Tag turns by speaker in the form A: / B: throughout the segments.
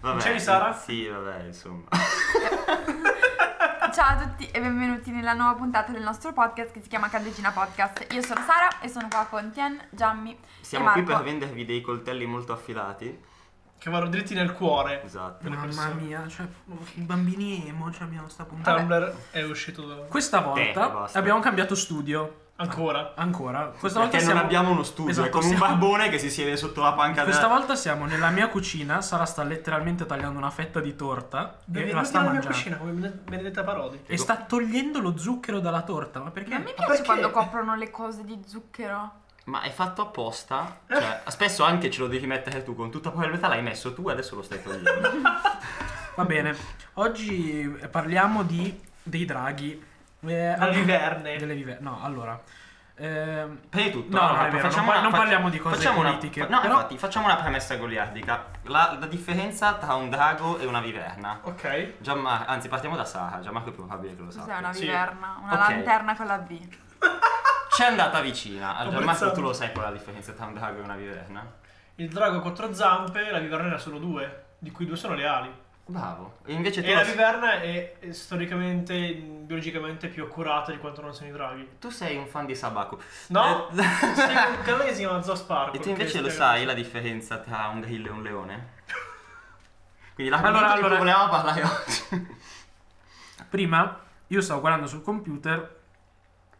A: Vabbè,
B: C'eri, Sara?
A: Sì, vabbè, insomma.
C: Ciao a tutti e benvenuti nella nuova puntata del nostro podcast che si chiama Caldegina Podcast. Io sono Sara e sono qua con Tien, Gianni.
A: Siamo qui
C: Marco.
A: per vendervi dei coltelli molto affilati.
B: Che vanno dritti nel cuore.
A: Esatto.
B: Le
D: Mamma
B: persone.
D: mia, cioè, i bambini emo, cioè, abbiamo sta puntata.
B: Tumblr è uscito
D: Questa
A: Eh,
D: volta
A: basta.
D: abbiamo cambiato studio, Eh,
B: ancora.
D: ancora. Questa volta
A: Perché
D: siamo...
A: non abbiamo uno studio,
D: Esatto,
A: è come
D: siamo-
A: un barbone che si siede sotto la panca
D: Questa
A: della-
D: volta siamo nella mia cucina, Sara sta letteralmente tagliando una fetta di torta e la
B: Benvenuti
D: sta
B: nella mia
D: mangiando.
B: cucina come Bene- Benedetta Parodi.
A: Ecco.
D: E sta togliendo lo zucchero dalla torta, ma perché?
C: Non mi
B: Ma
C: piace
B: perché?
C: quando coprono le cose di zucchero.
A: Ma è fatto apposta?
D: Eh.
A: Cioè, spesso anche ce lo devi mettere tu con tutta probabilità, l'hai messo tu e adesso lo stai togliendo.
D: Va bene, oggi eh, parliamo di... dei draghi. Eh,
B: Dalle viverne.
D: Delle viver- No, allora... ehm,
A: Prima di tutto,
D: No,
A: allora,
D: non è vero, non par- non parliamo di cose
A: facciamo una-
D: politiche,
A: fa- no,
D: però-
A: infatti, facciamo una premessa goliardica. La, la differenza tra un drago e una viverna.
B: Ok.
A: Gianmar- anzi, partiamo da Sara. Gianmarco è probabile che lo
C: Cos'è
A: sappia.
C: una
B: Sì.
C: viverna? Una
A: Esatto. Ok.
C: lanterna con la B.
A: C'è andata vicina. A Gianmarco
B: apprezzato.
A: tu lo sai qual è la differenza tra un drago e una viverna?
B: Il drago ha quattro zampe, la viverna ne ha solo due, di cui due sono le ali.
A: Bravo. E invece tu,
B: E la
A: lo-
B: viverna è è storicamente, biologicamente più accurata di quanto non siano i draghi.
A: tu sei un fan di Sabaku.
B: No?
A: Eh,
B: Sei un canale che si chiama Zoospark.
A: e tu invece lo sai la differenza tra un grillo e un leone? Quindi la
D: Allora,
A: di cui
D: allora-
A: volevamo parlare oggi.
D: Prima io stavo guardando sul computer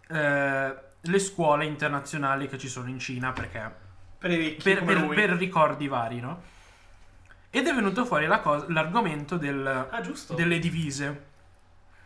D: eh, le scuole internazionali che ci sono in Cina perché
B: Per i ricchi
D: per,
B: come
D: per-
B: lui.
D: per ricordi vari, no? Ed è venuto fuori la cosa- l'argomento del-
B: Ah, giusto.
D: delle divise.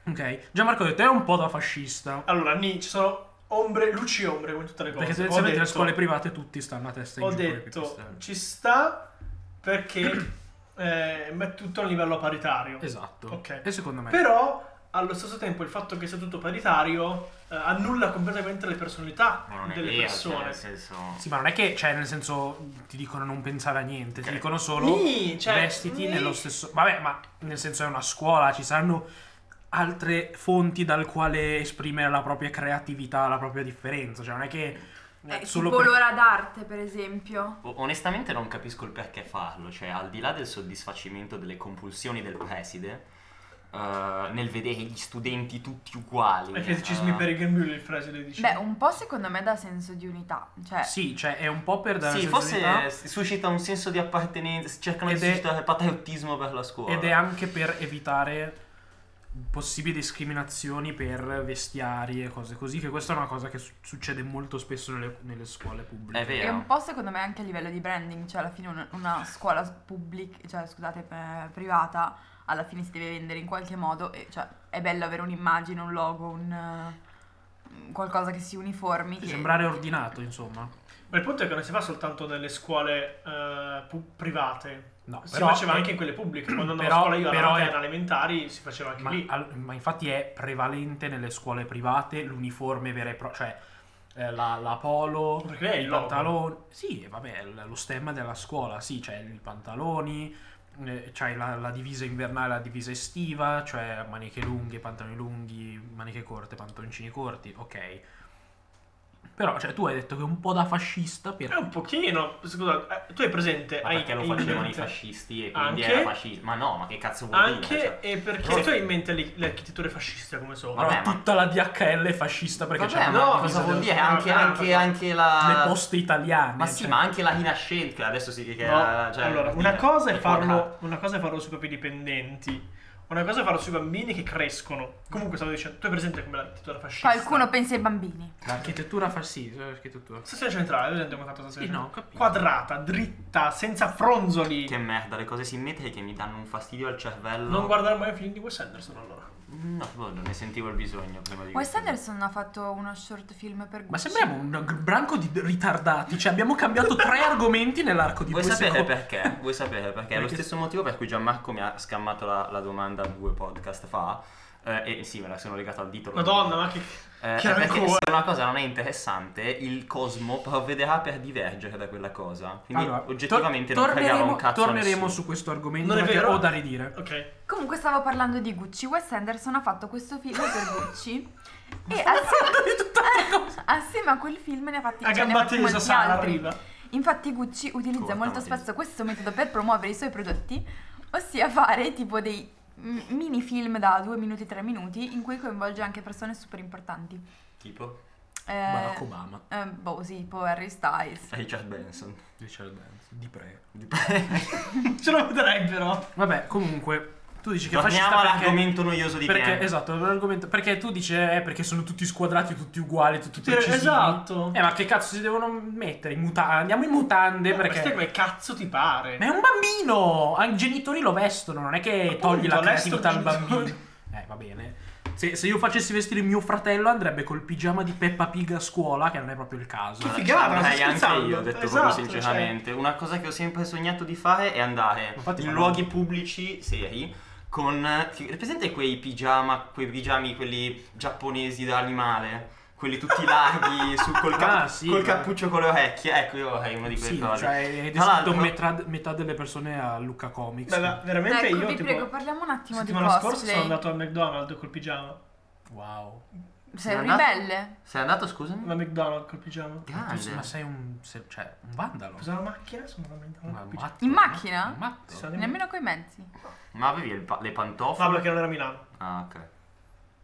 D: Ok, Gianmarco ha detto è un po' da fascista.
B: Allora, ni, ci sono ombre, luci e ombre come tutte le cose.
D: Perché
B: Ho
D: tendenzialmente le
B: detto-
D: scuole private tutti stanno a testa in
B: ho
D: giù con i
B: detto
D: pipistrelli.
B: ci sta perché eh, è tutto a un livello paritario.
D: Esatto.
B: Ok.
D: E secondo me...
B: Però allo stesso tempo il fatto che sia tutto paritario eh, annulla completamente le personalità
A: Ma non è
B: delle
A: vero, cioè,
B: persone.
A: nel senso...
D: Sì, ma non è che, cioè, nel senso, ti dicono non pensare a niente,
A: Ok.
D: ti dicono solo
B: Nì, cioè,
D: vestiti
B: nì.
D: nello stesso... Vabbè, ma nel senso è una scuola, ci saranno altre fonti dal quale esprimere la propria creatività, la propria differenza, cioè non è che...
C: Eh,
D: solo
C: tipo
D: per-
C: l'ora d'arte, per esempio.
A: O- Onestamente non capisco il perché farlo, cioè al di là del soddisfacimento delle compulsioni del preside, eh, nel vedere gli studenti tutti uguali.
B: E criticismi
D: Ah.
A: eh,
B: per i grembiuli il frasile dice.
C: Beh, un po' secondo me dà senso di unità. Cioè,
D: Sì, cioè è un po' per dare
A: Sì,
D: la
A: forse
D: sensibilità
A: s- suscita un senso di appartenenza, cercano
D: Ed
A: di
D: è-
A: suscitare patriottismo per la scuola.
D: ed è anche per evitare possibili discriminazioni per vestiari e cose così, che questa è una cosa che su- succede molto spesso nelle, nelle scuole pubbliche.
A: È vero.
C: E un po' secondo me anche a livello di branding, cioè alla fine un- una scuola pubblica, cioè scusate, eh, privata, alla fine si deve vendere in qualche modo, e, cioè è bello avere un'immagine, un logo, un eh, qualcosa che si uniformi.
D: Sì,
C: Che...
D: Sembrare ordinato, insomma.
B: Ma il punto è che non si fa soltanto nelle scuole eh, pu- private.
D: No,
B: si
D: però-
B: faceva anche in quelle pubbliche. Quando andavo
D: però-
B: a scuola io
D: però
B: alla
D: è-
B: era elementari si faceva anche
D: Ma,
B: lì.
D: al- ma infatti è prevalente nelle scuole private l'uniforme vera e propria, cioè eh, la, la polo,
B: Perché è il
D: i
B: logo.
D: pantaloni. Sì, e vabbè, l- lo stemma della scuola, sì, c'è i pantaloni, eh, c'hai la, la divisa invernale, la divisa estiva, cioè maniche lunghe, pantaloni lunghi, maniche corte, pantaloncini corti, ok. Però, cioè, tu hai detto che è un po' da fascista
B: È
D: per...
B: un pochino. Scusa, eh, tu hai presente.
A: Ma
B: hai-
A: perché lo
B: hai in
A: facevano i
B: mente-
A: fascisti e quindi
B: Anche-
A: era fascismo? Ma no, ma che cazzo vuol dire?
B: Anche
A: cioè?
B: e perché
A: Però-
B: tu hai in mente le, le architetture fasciste come sono?
A: Vabbè,
D: Allora,
A: ma-
D: tutta la DHL è fascista perché
A: Vabbè,
D: c'è
A: cioè, ma
B: no,
A: cosa
B: bisogna-
A: vuol dire?
B: no,
A: Anche,
B: no,
A: anche,
B: no.
A: anche la...
D: le poste italiane.
A: Ma sì,
D: cioè.
A: ma anche la Rinascente, che adesso si... Che
B: No,
A: era- cioè,
B: allora,
A: per
B: una
A: dire,
B: cosa, è
A: le porca-
B: farlo, una cosa è farlo sui propri dipendenti, una cosa è farlo sui bambini che crescono. Comunque stavo dicendo, tu hai presente come l'architettura fascista?
C: Qualcuno pensa ai bambini.
D: L'architettura fa sì, l'architettura.
B: Stazione centrale, hai presente come è fatta la
D: Sì,
B: stazione
D: no, ho
B: centrale?
D: capito.
B: Quadrata, dritta, senza fronzoli.
A: Che merda, le cose simmetriche che mi danno un fastidio al cervello.
B: Non guardare mai un film di Wes Anderson allora.
A: No, boh, non ne sentivo il bisogno prima di
C: Wes
A: questo.
C: Anderson ha fatto uno short film per Gucci.
D: Ma sembriamo un g- branco di ritardati, cioè abbiamo cambiato tre argomenti nell'arco di
A: Vuoi
D: due
A: sapere
D: secondi.
A: perché? Vuoi sapere perché? È lo
D: Perché-
A: stesso motivo per cui Gianmarco mi ha scammato la, la domanda due podcast fa. eh, e sì, me la sono legata al dito. lo
B: Madonna,
A: dico.
B: ma che...
A: Eh,
B: che
A: perché
B: rancore.
A: se una cosa non è interessante, il cosmo provvederà per divergere da quella cosa. Quindi
D: Allora,
A: oggettivamente
D: tor-
A: non fregava un cazzo. a
D: Torneremo
A: nessuno.
D: su questo argomento
B: Non è
D: perché
B: vero?
D: ho da ridire.
B: Ok.
C: Comunque stavo parlando di Gucci. Wes Anderson ha fatto questo film per Gucci. E assieme, assieme a quel film ne ha fatti,
B: A
C: cioè, ne ha
B: gamba
C: fatti
B: tesa,
C: molti
B: Sara
C: altri.
B: arriva.
C: Infatti Gucci utilizza
A: Corta,
C: molto
A: Matilde.
C: spesso questo metodo per promuovere i suoi prodotti, ossia fare tipo dei mm, mini film da 2 minuti 3 minuti in cui coinvolge anche persone super importanti.
A: Tipo?
C: Eh,
D: Barack Obama,
C: eh, boh, sì, tipo Harry Styles.
A: Richard Benson.
D: Richard Benson, di prego.
B: Ce lo vedrebbero.
D: Vabbè, comunque, tu dici che
A: Torniamo
D: fascista perché...
A: all'argomento noioso di
D: Perché,
A: Ken.
D: esatto, l'argomento, perché tu dici, eh, perché sono tutti squadrati, tutti uguali, tutti
B: Sì,
D: precisi.
B: esatto.
D: Eh, ma che cazzo si devono mettere? In muta- andiamo in mutande,
B: Questo è
D: perché...
B: come cazzo ti pare.
D: Ma è un bambino! Ah, I genitori lo vestono, non è che
B: Appunto,
D: togli la
B: adesso
D: creatività al
B: genitori-
D: bambino. Eh, va bene. Se, se io facessi vestire mio fratello andrebbe col pigiama di Peppa Pig a scuola, che non è proprio il caso.
B: Che figata, ma
A: Andrei
B: stai
A: Ah, anche
B: scherzando?
A: io, ho detto
B: Esatto,
A: proprio sinceramente. Una cosa che ho sempre sognato di fare è andare
D: Infatti
A: in
D: fanno-
A: luoghi pubblici seri con... ti- Presente quei pigiama, quei pigiami, quelli giapponesi da animale? Quelli tutti larghi, su, col, cap-
D: Ah, sì,
A: col
D: beh.
A: cappuccio con le orecchie? Ecco, io vorrei uno di quei
D: Sì,
A: cose.
D: cioè è
A: Tra
D: descritto
A: l'altro-
D: metà, metà delle persone a Luca Comics.
B: Beh, ma veramente
C: Ecco,
B: io
C: vi
B: tipo...
C: prego, parliamo un attimo di
B: settimana scorsa sono
C: cosplay.
B: andato al McDonald's col pigiama.
D: Wow.
C: Sei
A: Sono andato-
C: ribelle?
A: Sei andato, scusami?
B: Al McDonald's col pigiama.
D: Ma tu-
A: Grande.
D: ma sei un, se- cioè, un vandalo.
B: Ho la macchina, sono andato al
D: Ma-
B: McDonald's
D: un
B: col pigiama.
D: matto,
C: In
D: un
C: macchina?
D: matto, un matto.
B: Sì, sono andato-
C: Nemmeno coi mezzi.
A: Ma avevi il pa- le pantofole?
B: Pablo che non era a Milano.
A: Ah, ok.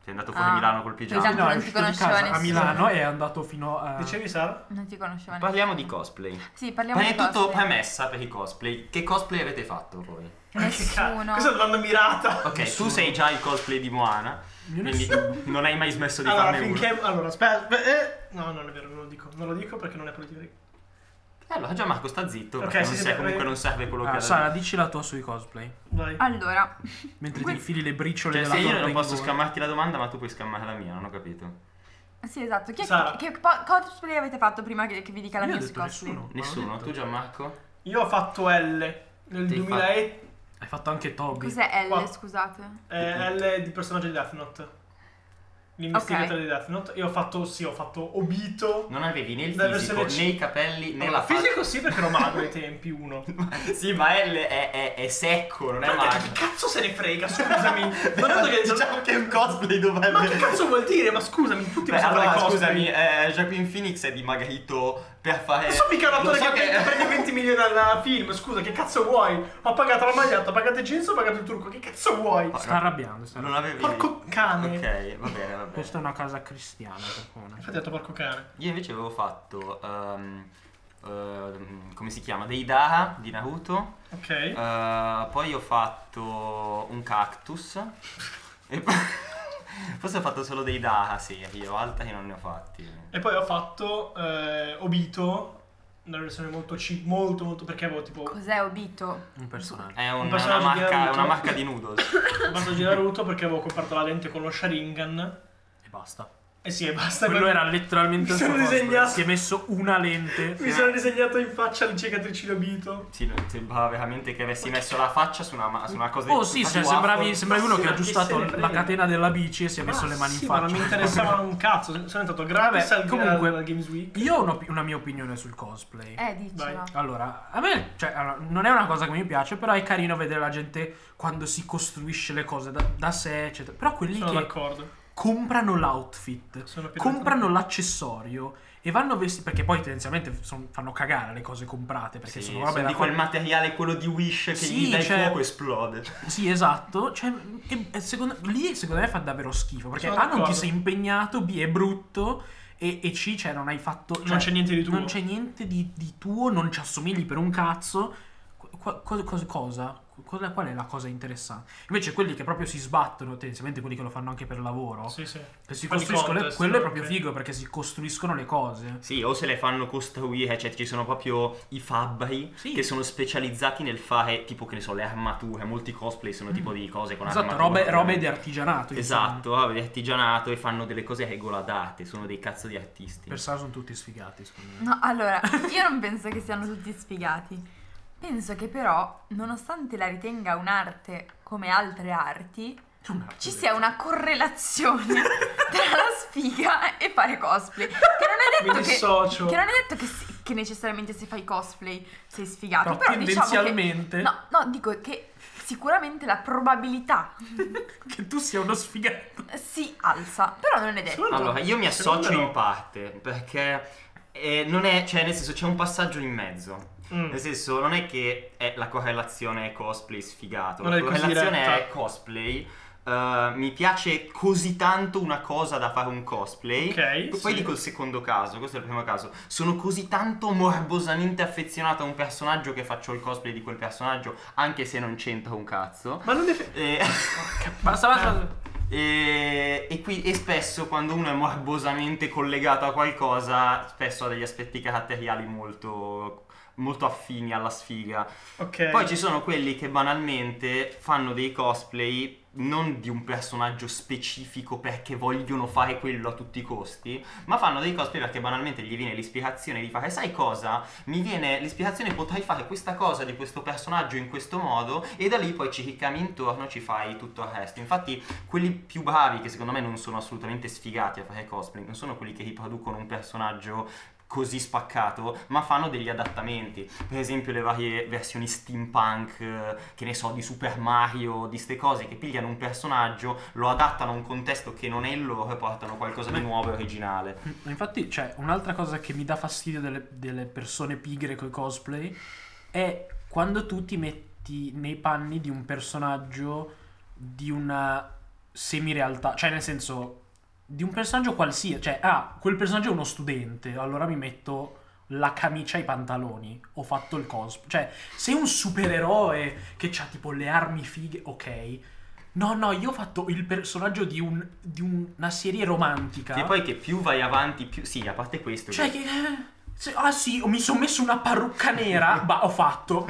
A: Sei andato fuori
C: Ah.
A: a Milano col pigiama.
C: Esatto.
D: Sì, no,
C: non
D: è
C: ti
D: uscito di
C: conosceva
D: casa a
C: nessuno.
D: Milano e è andato fino a...
B: Dicevi Sara?
C: Non ti conoscevo neanche.
A: Parliamo di cosplay.
C: Sì, parliamo
A: Prima di
C: di
A: tutto,
C: cosplay.
A: premessa per i cosplay. Che cosplay avete fatto voi?
B: Che ca-
C: Nessuno.
B: Questa è una domanda mirata.
A: Ok,
D: Nessuno.
A: tu sei già il cosplay di Moana,
D: Io ne
A: quindi non hai mai smesso di
B: Allora,
A: farne
B: finché...
A: uno.
B: Allora, aspetta... beh, eh, No, non è vero, non lo dico. Non lo dico perché non è politico.
A: Eh, Allora, Gianmarco sta zitto,
B: Ok,
A: perché non
B: sì, sì,
A: sei-
B: beh,
A: comunque
B: eh.
A: non serve quello che
D: Ah,
A: ha
D: Sara,
A: detto.
D: dici la tua sui cosplay.
B: Vai.
C: Ah. Allora,
D: Mentre
C: Que-
D: ti infili le briciole
A: Cioè,
D: della
A: se io
D: torta
A: non
D: in
A: posso
D: gola.
A: scammarti la domanda, ma tu puoi scammare la mia, non ho capito.
C: sì, esatto. Chi è-
B: Sara.
C: che po- cosplay avete fatto prima che, che vi dica la
D: Io ho
C: mia sui
D: detto
C: cosplay?
D: nessuno. ma l'ho
A: Nessuno,
D: detto.
A: tu Gianmarco?
B: Io ho fatto L nel
A: Ti
B: 2000 e...
D: Hai fatto anche Toby.
C: Cos'è L,
B: Qua.
C: scusate?
B: eh, L di personaggio di Death Note. L'investigatore di Death Note. E ho fatto... Sì, ho fatto Obito.
A: Non avevi né il
B: La
A: fisico,
B: versione C.
A: né i capelli, né la
B: Allora,
A: faccia.
B: fisico sì perché ero magro ai tempi, uno.
A: Sì, ma L è, è- è secco, non è
B: Ma
A: magro.
B: che cazzo se ne frega, scusami. Non ho detto che...
A: diciamo che un cosplay dovrebbe...
B: Ma che cazzo vuol dire? Ma scusami, tutti
A: Beh,
B: possono fare
A: allora,
B: cosplay.
A: scusami, eh, Joaquin Phoenix è dimagrito per fare...
B: Non so mica un attore
A: Non so
B: che, che prende 20 milioni al film, scusa, che cazzo vuoi? Ho pagato la maglietta, ho pagato il jeans, ho pagato il turco, che cazzo vuoi?
A: Ma-
D: Sta arrabbiando, sta
A: Non
D: arrabbiando.
A: avevi...
B: Porco cane.
A: Ok, va bene, va bene.
D: Questa è una casa cristiana, Capone.
B: Infatti ho detto porco cane.
A: Io invece avevo fatto... ehm, ehm, come si chiama? Dei Daha di Naruto.
B: Ok.
A: Eh, poi ho fatto un cactus. E poi... Forse ho fatto solo dei Daha, sì, io alta che non ne ho fatti.
B: E poi ho fatto eh, Obito, una versione molto cheap, molto molto, perché avevo tipo... Ho
C: Cos'è Obito?
D: Un personaggio. cioè.
A: È un-
B: Un
A: una,
B: personaggio di
A: marca,
B: Naruto.
A: una marca di noodles.
B: fatto di Naruto perché avevo comprato la lente con lo Sharingan.
D: E basta.
B: E sì, e basta.
D: Quello
B: Mi-
D: era letteralmente
B: Mi
D: il suo
B: sono
D: cosplay.
B: disegnato-
D: Si è messo una lente. Eh.
B: Mi sono disegnato in faccia le cicatrici di Obito.
A: Sì, no, sembrava veramente che avessi messo la faccia su una, ma- su una cosa
D: Oh sì,
A: su
D: cioè,
A: un waffle.
D: sembravi, sembravi uno
B: Sì,
D: che ha
B: ma chi
D: aggiustato
B: se ne frega?
D: la catena della bici e si è messo le mani
B: Ah, sì,
D: in
B: Ma non mi
D: faccia.
B: interessava un cazzo, sono entrato gratis
D: Vabbè,
B: al,
D: comunque-
B: al Games Week.
D: Io ho una, una mia opinione sul cosplay.
C: Eh, dicela.
B: Vai.
D: Allora, a me cioè, allora, non è una cosa che mi piace, però è carino vedere la gente quando si costruisce le cose da, da sé, eccetera. Però quelli
B: Sono
D: che
B: d'accordo.
D: comprano l'outfit,
B: Sono più
D: comprano l'accessorio e vanno vestiti perché poi tendenzialmente son- fanno cagare le cose comprate perché
A: Sì,
D: sono robe
A: sono
D: da
A: di quel
D: fare-
A: materiale, quello di Wish che
D: Sì,
A: gli dai
D: cioè-
A: fuoco e esplode.
D: Sì, esatto. Cioè, e- e secondo- lì secondo me fa davvero schifo. Perché
B: Sono
D: A non
B: d'accordo.
D: ti sei impegnato, B è brutto. E, e C, cioè, non hai fatto.
B: Non
D: cioè,
B: c'è niente di tuo.
D: Non c'è niente di, di tuo, non ci assomigli per un cazzo. Qua- co- co- cosa? Cosa- Qual è la cosa interessante? Invece, quelli che proprio si sbattono, tendenzialmente quelli che lo fanno anche per lavoro,
B: Sì, sì.
D: che si
B: Quelli
D: costruiscono le-
B: contest,
D: quello è proprio
B: ok.
D: figo perché si costruiscono le cose.
A: Sì, o se le fanno costruire, cioè ci sono proprio i fabbri
D: Sì.
A: che sono specializzati nel fare tipo che ne so, le armature. Molti cosplay sono tipo di cose con
D: Mm. Esatto,
A: armature.
D: robe, robe di artigianato. insomma.
A: Esatto, robe di artigianato e fanno delle cose regoladate, sono dei cazzo di artisti.
D: Per Sara sono tutti sfigati, secondo me.
C: No, allora, io non penso che siano tutti sfigati. Penso che però, nonostante la ritenga un'arte come altre arti, ci sia una correlazione tra la sfiga e fare cosplay. Che
B: Mi
C: non è detto che...
B: dissocio.
C: Che non è detto che, si- che necessariamente se fai cosplay sei sfigato,
D: Però
C: però, diciamo
D: tendenzialmente
C: che... No, no, dico che sicuramente la probabilità
D: che tu sia uno sfigato.
C: si alza, però non è detto.
B: Secondo-
A: Allora, io mi
B: secondo
A: associo
B: me no.
A: in parte perché eh, non è, cioè, nel senso, c'è un passaggio in mezzo.
B: Mm.
A: Nel senso, non è che è la correlazione cosplay sfigato.
B: Non
A: la
B: è così
A: correlazione
B: diretta.
A: è cosplay. eh, mi piace così tanto una cosa da fare un cosplay.
B: Ok,
A: Poi
B: sì.
A: dico il secondo caso, questo è il primo caso. Sono così tanto morbosamente affezionato a un personaggio che faccio il cosplay di quel personaggio, anche se non c'entra un cazzo.
B: Ma non Eh, deve...
A: E,
D: Basta, basta.
A: e- e qui, e spesso quando uno è morbosamente collegato a qualcosa, spesso ha degli aspetti caratteriali molto, molto affini alla sfiga.
B: Ok.
A: Poi ci sono quelli che banalmente fanno dei cosplay non di un personaggio specifico perché vogliono fare quello a tutti i costi, ma fanno dei cosplay perché banalmente gli viene l'ispirazione di fare, sai cosa? Mi viene l'ispirazione, potrei fare questa cosa di questo personaggio in questo modo e da lì poi ci ricami intorno, ci fai tutto il resto. Infatti quelli più bravi che secondo me non sono assolutamente sfigati a fare cosplay, non sono quelli che riproducono un personaggio così spaccato, ma fanno degli adattamenti. Per esempio le varie versioni steampunk, eh, che ne so, di Super Mario, di ste cose, che pigliano un personaggio, lo adattano a un contesto che non è il loro e portano qualcosa di
D: Ma-
A: nuovo e originale.
D: Ma Infatti, cioè, un'altra cosa che mi dà fastidio delle, delle persone pigre coi cosplay è quando tu ti metti nei panni di un personaggio di una semirealtà, cioè nel senso di un personaggio qualsiasi, cioè ah, quel personaggio è uno studente, allora mi metto la camicia e i pantaloni, ho fatto il cosplay, cioè sei un supereroe che ha tipo le armi fighe, ok. No, no, io ho fatto il personaggio di, un- di una serie romantica.
A: E poi che più vai avanti, più... Sì, a parte questo...
D: Cioè,
A: che-
D: che. eh, se- ah sì, mi sono messo una parrucca nera, ma ho fatto.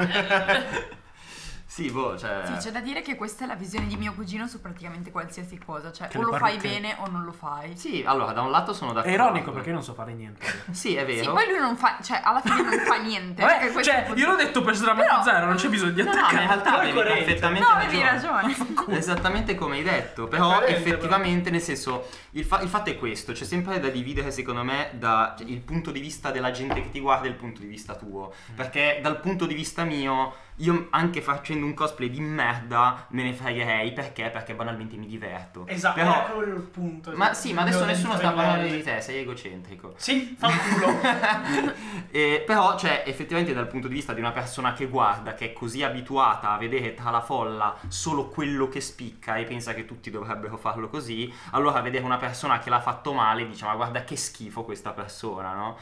A: Sì, boh,
D: Eh.
A: cioè...
C: Sì, c'è da dire che questa è la visione di mio cugino su praticamente qualsiasi cosa, cioè
D: Che
C: o
D: le
C: lo fai
D: parrucche-
C: bene o non lo fai.
A: Sì, allora, da un lato sono
D: È
A: d'accordo.
D: ironico perché io non so fare niente.
A: Sì, è vero.
C: Sì, poi lui non fa, cioè alla fine non fa niente. perché
D: Vabbè,
C: Eh, questo è
D: cioè,
C: il punto.
D: io l'ho detto per
C: Però-
D: sdrammatizzare, non c'è bisogno di
A: No, no, ma
D: attaccare.
A: in realtà
B: Però è
A: avevi
B: coerente.
A: perfettamente
C: No, avevi ragione.
A: Esattamente come hai detto, però
B: Coerente,
A: effettivamente, nel senso, il, fa- il fatto è questo, c'è sempre da dividere secondo me da cioè, il punto di vista della gente che ti guarda e il punto di vista tuo, perché dal punto di vista mio, io anche facendo un cosplay di merda me ne fregherei, perché? Perché banalmente mi diverto.
B: Esatto,
A: Però-
B: era quello il punto.
A: Ma sì, ma adesso
B: Non
A: nessuno sta parlando
B: intervenire.
A: di te, sei egocentrico.
B: Sì, fa un culo.
A: Eh, però, cioè, effettivamente dal punto di vista di una persona che guarda, che è così abituata a vedere tra la folla solo quello che spicca e pensa che tutti dovrebbero farlo così, allora vedere una persona che l'ha fatto male dice ma guarda che schifo questa persona, no?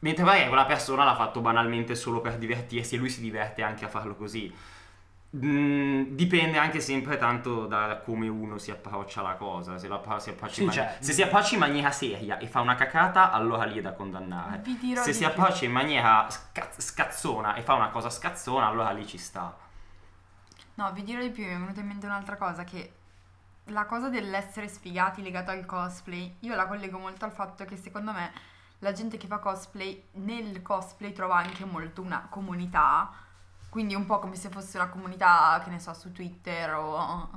A: Mentre magari quella persona l'ha fatto banalmente solo per divertirsi e lui si diverte anche a farlo così. Mm, dipende anche sempre tanto da come uno si approccia alla cosa. Se, la, si approccia in
D: Sì,
A: mani-
D: cioè-
A: se si approccia in maniera seria e fa una cacata, allora lì è da condannare.
C: Vi dirò
A: Se
C: di
A: si
C: più.
A: approccia in maniera sca- scazzona e fa una cosa scazzona, allora lì ci sta.
C: No, vi dirò di più, mi è venuta in mente un'altra cosa che la cosa dell'essere sfigati legato al cosplay, io la collego molto al fatto che secondo me la gente che fa cosplay nel cosplay trova anche molto una comunità, quindi un po' come se fosse una comunità, che ne so, su Twitter o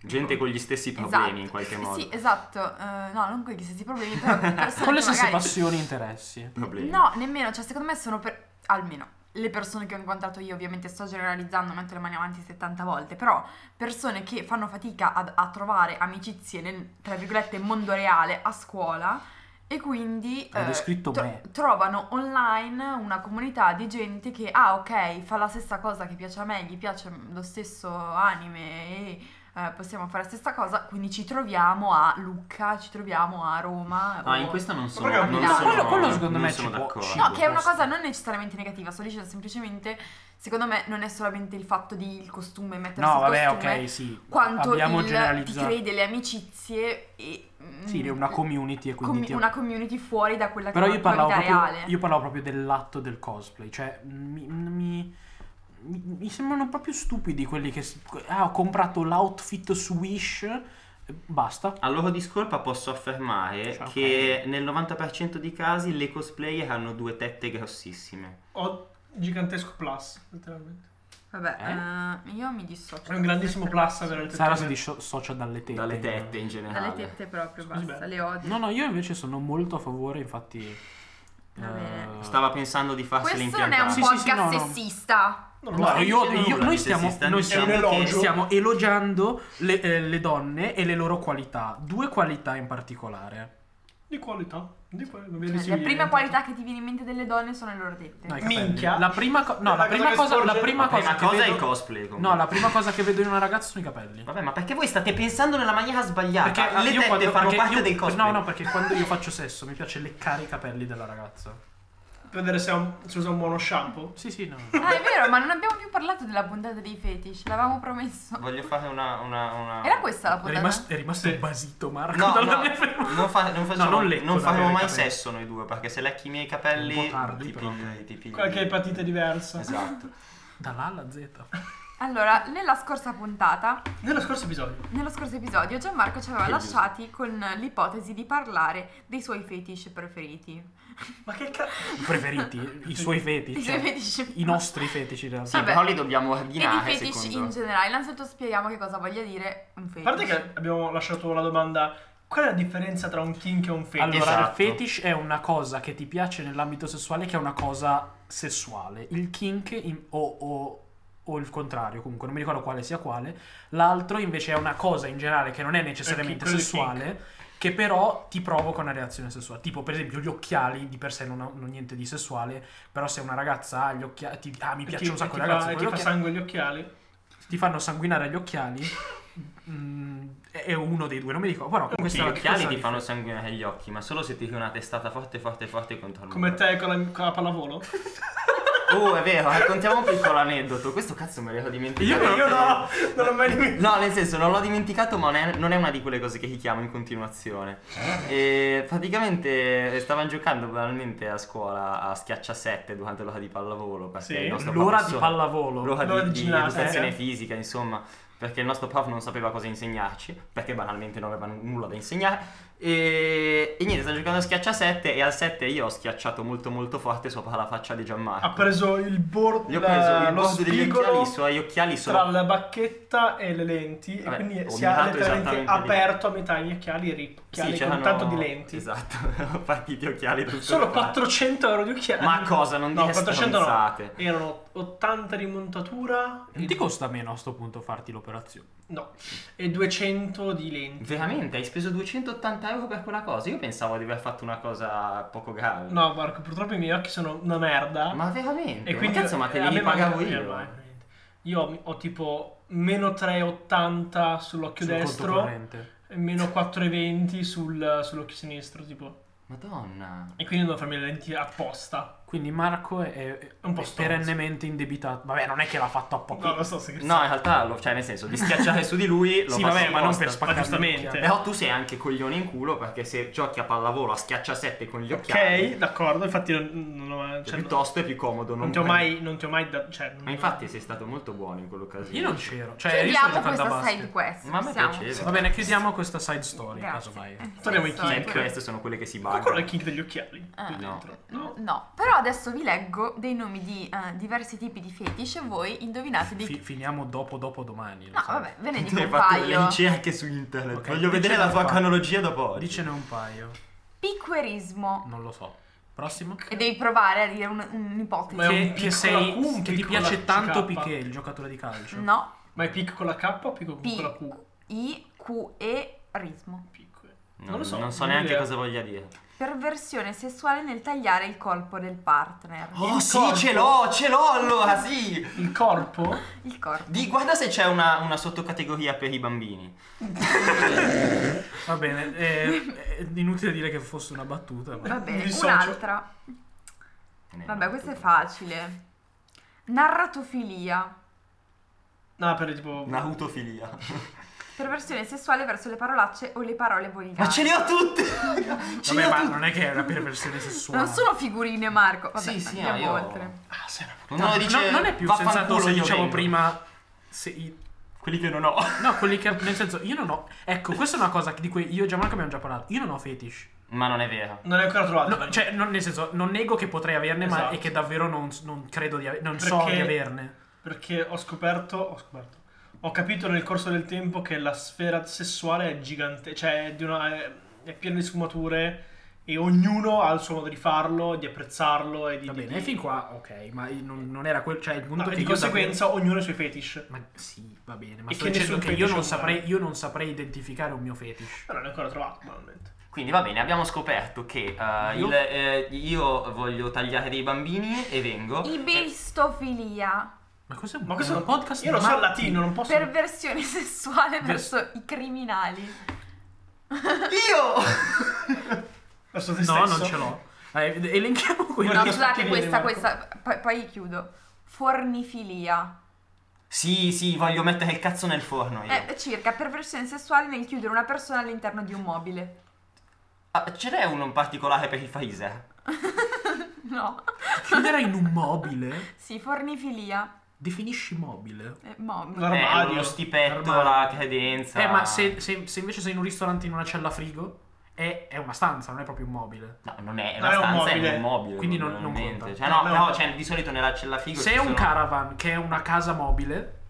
A: Gente con gli stessi problemi in qualche modo.
C: Esatto. Sì, esatto. eh, no, non con gli stessi problemi, però con persone
D: Con le
C: che
D: stesse
C: magari-
D: passioni e interessi.
A: Problemi.
C: No, nemmeno, cioè secondo me sono per... almeno le persone che ho incontrato io, ovviamente sto generalizzando, metto le mani avanti 70 volte, però persone che fanno fatica ad- a trovare amicizie nel, tra virgolette, mondo reale a scuola e quindi eh,
D: Hai descritto me.
C: trovano online una comunità di gente che, ah ok, fa la stessa cosa che piace a me, gli piace lo stesso anime e... eh, possiamo fare la stessa cosa, quindi ci troviamo a Lucca, ci troviamo a Roma.
A: No,
C: o-
A: Ah, in questo non sono,
B: Proprio-
A: non
C: No,
A: sono-
D: quello- quello secondo
A: non
D: me
A: sono
D: ci può-
A: d'accordo.
D: ci
C: No,
D: Tipo,
C: che è una
D: questo.
C: cosa non necessariamente negativa, sto dicendo semplicemente, secondo me non è solamente il fatto di il costume, mettersi
D: No,
C: il
D: vabbè,
C: costume,
D: ok, sì.
C: quanto
D: Abbiamo
C: il- ti
D: generalizzato.
C: crei delle amicizie e... mm,
D: Sì, è una community e quindi
C: com-
D: ti-
C: una community fuori da quella
D: Però
C: che è
D: io
C: la
D: parlavo,
C: vita
D: proprio,
C: reale.
D: io parlavo proprio dell'atto del cosplay, cioè mi, mi- mi- mi sembrano proprio stupidi quelli che... si- Ah, ho comprato l'outfit su Wish, e basta.
A: A loro discolpa posso affermare
D: Cioè, ok.
A: che nel 90% dei casi le cosplayer hanno due tette grossissime.
B: Ho gigantesco plus, letteralmente.
C: Vabbè,
D: Eh?
C: eh, io mi dissocio.
B: È un grandissimo plus eh. avere il
D: Sara si
B: tetto.
D: dissocia dalle tette.
A: Dalle tette in generale.
C: Dalle tette proprio,
B: Scusi,
C: basta,
B: beh.
C: le odio.
D: No, no, io invece sono molto a favore, infatti... eh,
C: Va bene.
A: Stava pensando di farsele
C: Questo non è un Cioè,
A: impiantare.
D: Sì,
C: podcast
D: sì, no, no.
C: sessista.
B: Non lo
D: No,
B: so.
D: io,
A: dicendo
D: io-
A: nulla
D: noi,
A: di
D: stiamo,
A: sessista,
D: noi
A: diciamo
D: stiamo-
B: che-
D: eh, stiamo elogiando le, eh, le donne e le loro qualità. Due qualità in particolare.
B: Di qualità. Di poi non mi
C: Cioè,
B: riesci
C: le prime
B: niente.
C: qualità che ti viene in mente delle donne sono le loro tette.
D: No, i capelli.
B: Minchia.
D: La prima, co-
B: La
D: no, la
B: cosa
D: prima
B: che
D: cosa, la
B: sporge-
D: prima
A: La prima
D: cosa che
A: cosa è il
D: vedo,
A: cosplay. Comunque.
D: no, la prima cosa che vedo in una ragazza sono i capelli.
A: Vabbè, ma perché voi state pensando nella maniera sbagliata?
D: Perché
A: Ah,
D: eh,
A: le
D: io
A: tette
D: quando-
A: fanno
D: perché
A: parte
D: io-
A: del cosplay.
D: No, no, perché quando io faccio sesso mi piace leccare i capelli della ragazza.
B: Per vedere se, è un- se usa un buono shampoo.
D: Sì, sì, no.
C: Ah, è vero, ma non abbiamo più parlato della puntata dei fetish, l'avevamo promesso.
A: Voglio fare una. una, una...
C: Era questa la
D: È
C: puntata?
D: rimasto, è rimasto
B: Sì.
D: basito Marco
A: No,
D: dalla
A: no,
D: mia fermata.
A: non, fa- non facciamo,
D: non lecco
A: non
D: la
A: faremo
D: mia
A: mai
D: capelli.
A: sesso noi due perché se lecchi i miei capelli
D: Un po' tardi,
A: ti
D: però.
A: pigli, ti pigli.
B: Qualche epatite diversa.
A: Esatto.
D: Dall'A alla Z.
C: Allora, nella scorsa puntata,
B: Nello scorso episodio.
C: nello scorso episodio, Gianmarco ci aveva
A: Che
C: lasciati con l'ipotesi di parlare dei suoi fetish preferiti.
B: Ma che cazzo?
D: I preferiti, i suoi fetici.
C: I suoi fetish.
D: I nostri fetici in realtà.
A: Sì,
C: Vabbè.
A: però li dobbiamo
C: E di
A: ordinare
C: fetish in
A: secondo
C: generale. Innanzitutto spieghiamo che cosa voglia dire un
B: A
C: fetish. Cioè,
B: parte che abbiamo lasciato la domanda: qual è la differenza tra un kink e un fetish?
D: Allora,
A: Esatto.
D: il fetish è una cosa che ti piace nell'ambito sessuale che è una cosa sessuale. Il kink in- o, o- o il contrario, comunque, non mi ricordo quale sia quale. L'altro invece è una cosa in generale che non è necessariamente
B: Il kink, Eh, quello è il
D: sessuale, che però ti provoca una reazione sessuale. Tipo, per esempio, gli occhiali di per sé non hanno niente di sessuale, però se una ragazza ha gli occhiali... Ti, ah, mi
B: E
D: piace
B: ti-
D: un sacco
B: e
D: le
B: ti
D: ragazze
B: fa, e
D: con
B: ti
D: gli
B: fa
D: occhiali,
B: sangue gli occhiali.
D: ti fanno sanguinare gli occhiali. Mm, è uno dei due, non mi ricordo. Però
A: noi.
D: questa
A: Sì, Gli occhiali
D: questa
A: ti
D: differ-
A: fanno sanguinare gli occhi, ma solo se ti tiri una testata forte, forte, forte contro il
B: Come
A: muro.
B: te con la, con la pallavolo?
A: Oh, è vero, raccontiamo un piccolo aneddoto. Questo cazzo me l'ero dimenticato.
B: Io, io no, non l'ho mai dimenticato.
A: No, nel senso, non l'ho dimenticato, ma non è, non è una di quelle cose che chiamo in continuazione. E praticamente stavano giocando banalmente a scuola a schiacciasette durante l'ora di pallavolo. Perché
B: Sì,
A: il nostro
D: L'ora di
A: professore-
D: pallavolo.
A: l'ora,
B: L'ora
A: di,
B: di
A: di
B: ginnastica.
A: educazione fisica, insomma, perché il nostro prof non sapeva cosa insegnarci, perché banalmente non aveva n- nulla da insegnare. E, e niente, sta giocando a schiaccia 7 e al 7 io ho schiacciato molto molto forte sopra la faccia di Gianmarco.
B: Ha preso il bordo,
A: Gli ho preso
B: la-
A: il
B: lo
A: bordo degli
B: spigolo
A: occhiali, i suoi occhiali
B: tra
A: sono
B: la bacchetta e le lenti.
A: Vabbè,
B: e quindi
A: ho
B: si è
A: mirato
B: letteralmente
A: esattamente lì.
B: aperto a metà gli occhiali e ricchiali
A: Sì,
B: con
A: c'erano-
B: tanto di lenti.
A: Esatto, ho partito gli occhiali tutto
B: Solo
A: il tempo.
B: 400 euro di occhiali.
A: Ma cosa, non
B: No,
A: dire
B: 400 no.
A: stronzate.
B: Erano 80 di montatura. e-
D: Non ti costa meno a sto punto farti l'operazione.
B: no, e 200 di lenti.
A: Veramente, hai speso 280 euro per quella cosa? Io pensavo di aver fatto una cosa poco grave.
B: No, Marco, purtroppo i miei occhi sono una merda.
A: Ma veramente?
B: E quindi
A: ma cazzo, ma te
B: eh,
A: li
B: a me
A: ripagavo
B: manca- eh,
A: io.
B: ormai, niente. Io ho- ho tipo meno 3,80 sull'occhio
D: sul conto
B: destro
D: corrente.
B: e meno 4,20 sul- sull'occhio sinistro, tipo.
A: Madonna.
B: E quindi devo farmi le lenti apposta.
D: Quindi Marco è, è
B: Un po' stronzo.
D: perennemente indebitato. Vabbè, non è che l'ha fatto apposta.
B: No, lo sto scherzando.
A: No, in realtà, lo- cioè, nel senso, di schiacciare su di lui lo
D: sì,
A: faccio
D: vabbè, ma non
A: apposta.
D: per spaccare.
B: giustamente.
A: Però tu sei anche coglione in culo perché se giochi a pallavolo a schiacciasette con gli occhiali,
B: Ok, d'accordo, infatti non, non ho...
A: cioè,
B: cioè,
A: piuttosto è più comodo.
B: non,
A: Non,
B: ti ho
A: prendere-
B: mai... Non ti ho mai... da- cioè, non-
A: Ma infatti sei stato molto buono in quell'occasione.
D: Io non c'ero. Cioè, io sto
C: Chiudiamo
D: giocando a
C: questa
D: basket.
C: side quest.
A: Ma a me eh,
C: possiamo?
A: piaceva.
D: Va bene, chiudiamo questa side story,
C: Grazie.
D: casomai.
B: Torniamo ai
C: Eh, Sì, sì,
A: Cioè,
B: kink.
C: sì.
A: queste sono quelle che si
B: Ma quello è il
A: buggano.
B: kink degli occhiali.
C: Ah.
B: qui
A: Eh, No.
B: dentro,
C: No. però adesso vi leggo dei nomi di eh, diversi tipi di fetish e voi indovinate di
D: Fi- finiamo dopo, dopo domani. lo
C: No,
D: sai.
C: vabbè, ve ne dico
A: Tu
C: un
A: hai fatto le
C: paio.
A: ricerche su internet.
D: Ok,
A: Voglio vedere
D: dicene
A: la tua
D: qua.
A: cronologia dopo oggi.
D: Dicene un paio.
C: Picquerismo.
D: Non lo so. Prossimo.
C: E devi provare a dire un- un'ipotesi.
B: Ma è un
D: Che,
B: piccola
D: che sei,
B: Q, un
D: che ti
B: piccola
D: piace tanto
B: CK.
D: Piquet, il giocatore di calcio.
C: No,
B: Ma è pic con la K o pic con la
C: P,
B: Q? eh.
C: I, Q, E, rismo.
B: Pic.
A: No, non, so neanche
B: idea.
A: cosa voglia dire.
C: Perversione sessuale nel tagliare il corpo del partner.
A: Oh,
B: Il
A: sì,
B: corpo.
A: ce l'ho, ce l'ho allora, sì.
B: Il corpo?
C: Il corpo.
A: Di, guarda se c'è una, una sottocategoria per i bambini.
D: Va bene, eh, è inutile dire che fosse una battuta. ma-
C: Va bene,
B: dissocio.
C: un'altra.
A: Eh, Ne-
C: Vabbè, questo è facile. Narratofilia.
B: No, per tipo...
A: Narutofilia.
C: Esatto. Perversione sessuale verso le parolacce o le parole volgari.
A: Ma ce li ho tutti! ce li
D: Vabbè,
A: ho
D: ma
A: tutti!
D: non è che è una perversione sessuale.
C: Non sono figurine, Marco. Vabbè,
A: Sì, sì,
C: andiamo
A: io-
C: oltre.
B: Ah, sei una
A: Uno
D: No,
A: dice,
D: non è più
A: "Vaffanculo,
D: sensato se
A: io
D: diciamo
A: vengo".
D: prima. se i-
A: Quelli che non ho.
D: no, quelli che. Nel senso, io non ho. Ecco, questa è una cosa di cui io e Gianmarco abbiamo già parlato. Io non ho fetish.
A: Ma non è vero.
B: Non l'hai ancora trovato.
D: No, cioè, non- nel senso, non nego che potrei averne, ma
B: Esatto.
D: è che davvero non, non credo di averne. Non so
B: Perché-
D: di averne.
B: Perché ho scoperto, ho scoperto, ho capito nel corso del tempo che la sfera sessuale è gigante, cioè è, di una- è- è piena di sfumature e ognuno ha il suo modo di farlo, di apprezzarlo e di...
D: Va
B: di-
D: bene, e fin qua, ok, ma io non, non era quel. Cioè, il
B: No,
D: punto
B: e
D: è che
B: di
D: io
B: conseguenza ognuno ha i suoi fetish.
D: davvero- Ma sì, va bene, ma
B: E
D: sto
B: che
D: dicendo
B: nessun
D: che io
B: fetish
D: non,
B: è un
D: saprei,
B: male.
D: io non saprei identificare un mio fetish.
B: Però non l'hai ancora trovato, banalmente.
A: Quindi va bene, abbiamo scoperto che eh,
D: Io?
A: il, eh, io voglio tagliare dei bambini e vengo. Eh,
C: Ibistofilia,
D: Ma questo è un,
B: Ma questo
D: è un podcast
B: Io non
D: di
B: so il
D: Marco.
B: latino, non posso.
C: perversione sessuale
D: Vers-
C: verso i criminali.
A: Io!
B: Verso te
D: No,
B: stesso.
D: non ce l'ho. Eh, elenchiamo quelli.
B: Guarda,
C: No, scusate,
B: perché
C: questa,
B: vieni,
C: questa, poi, poi chiudo. Fornifilia.
A: sì, sì, voglio mettere il cazzo nel forno io.
C: È Eh, circa perversione sessuale nel chiudere una persona all'interno di un mobile.
A: Ah, ce n'è uno in particolare per i Pfizer?
C: No.
D: Chiudere in un mobile?
C: Sì, fornifilia.
D: Definisci mobile?
C: Eh, mobile.
A: Eh,
B: L'armadio.
A: lo stipetto,
D: Armadio.
A: la credenza.
D: Eh, ma se, se- se invece sei in un ristorante in una cella frigo, è, è una stanza, non è proprio un mobile.
A: No, non è, è
B: No,
A: una
B: è un
A: stanza, è
B: mobile.
A: un mobile.
D: Quindi non- non
A: normalmente.
D: conta.
A: Cioè, no,
B: No,
A: no,
B: no.
A: cioè, di solito nella cella frigo.
D: Se
A: ci
D: è un
A: sono-
D: caravan, che è una casa mobile,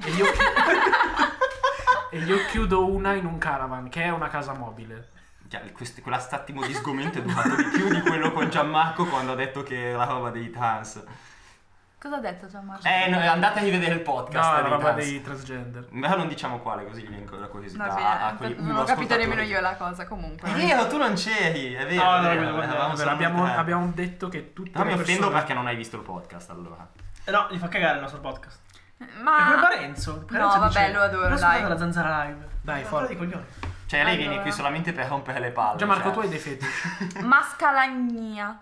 D: e io, chi- e io chiudo una in un caravan, che è una casa mobile.
A: Già, questo- quella stattimo di sgomento è durato di più di quello con Gianmarco quando ha detto che la roba dei trans.
C: Cosa ha detto Gianmarco?
A: Eh, no, andate a rivedere il
D: No,
A: podcast
D: la
A: dei
D: roba
A: trans.
D: dei transgender.
A: Ma non diciamo quale, così gli vinco la
C: No,
A: curiosità
C: sì,
A: a- a
C: eh,
A: quegli
C: non ho capito
A: ah, ascoltatore.
C: nemmeno io la cosa, comunque.
A: È vero, tu non c'eri, è vero.
B: No,
A: è
B: no,
A: vero,
B: no, no,
A: eravamo
B: no,
A: solo
D: abbiamo,
A: noi tre.
D: abbiamo detto che tutte
A: Però mi
D: le
A: offendo
D: persone...
A: perché non hai visto il podcast allora.
B: Eh no, gli fa cagare il nostro podcast.
A: Eh,
B: È come
C: Ma...
B: Parenzo.
C: Ah. No, vabbè, lo adoro, dai.
B: la zanzara live.
D: Dai,
B: Ma
D: forza.
B: di coglioni.
A: Cioè, lei viene
C: Allora.
A: qui solamente per rompere le palle.
D: Gianmarco,
A: cioè.
D: tu hai dei fetici.
C: Mascalagnia.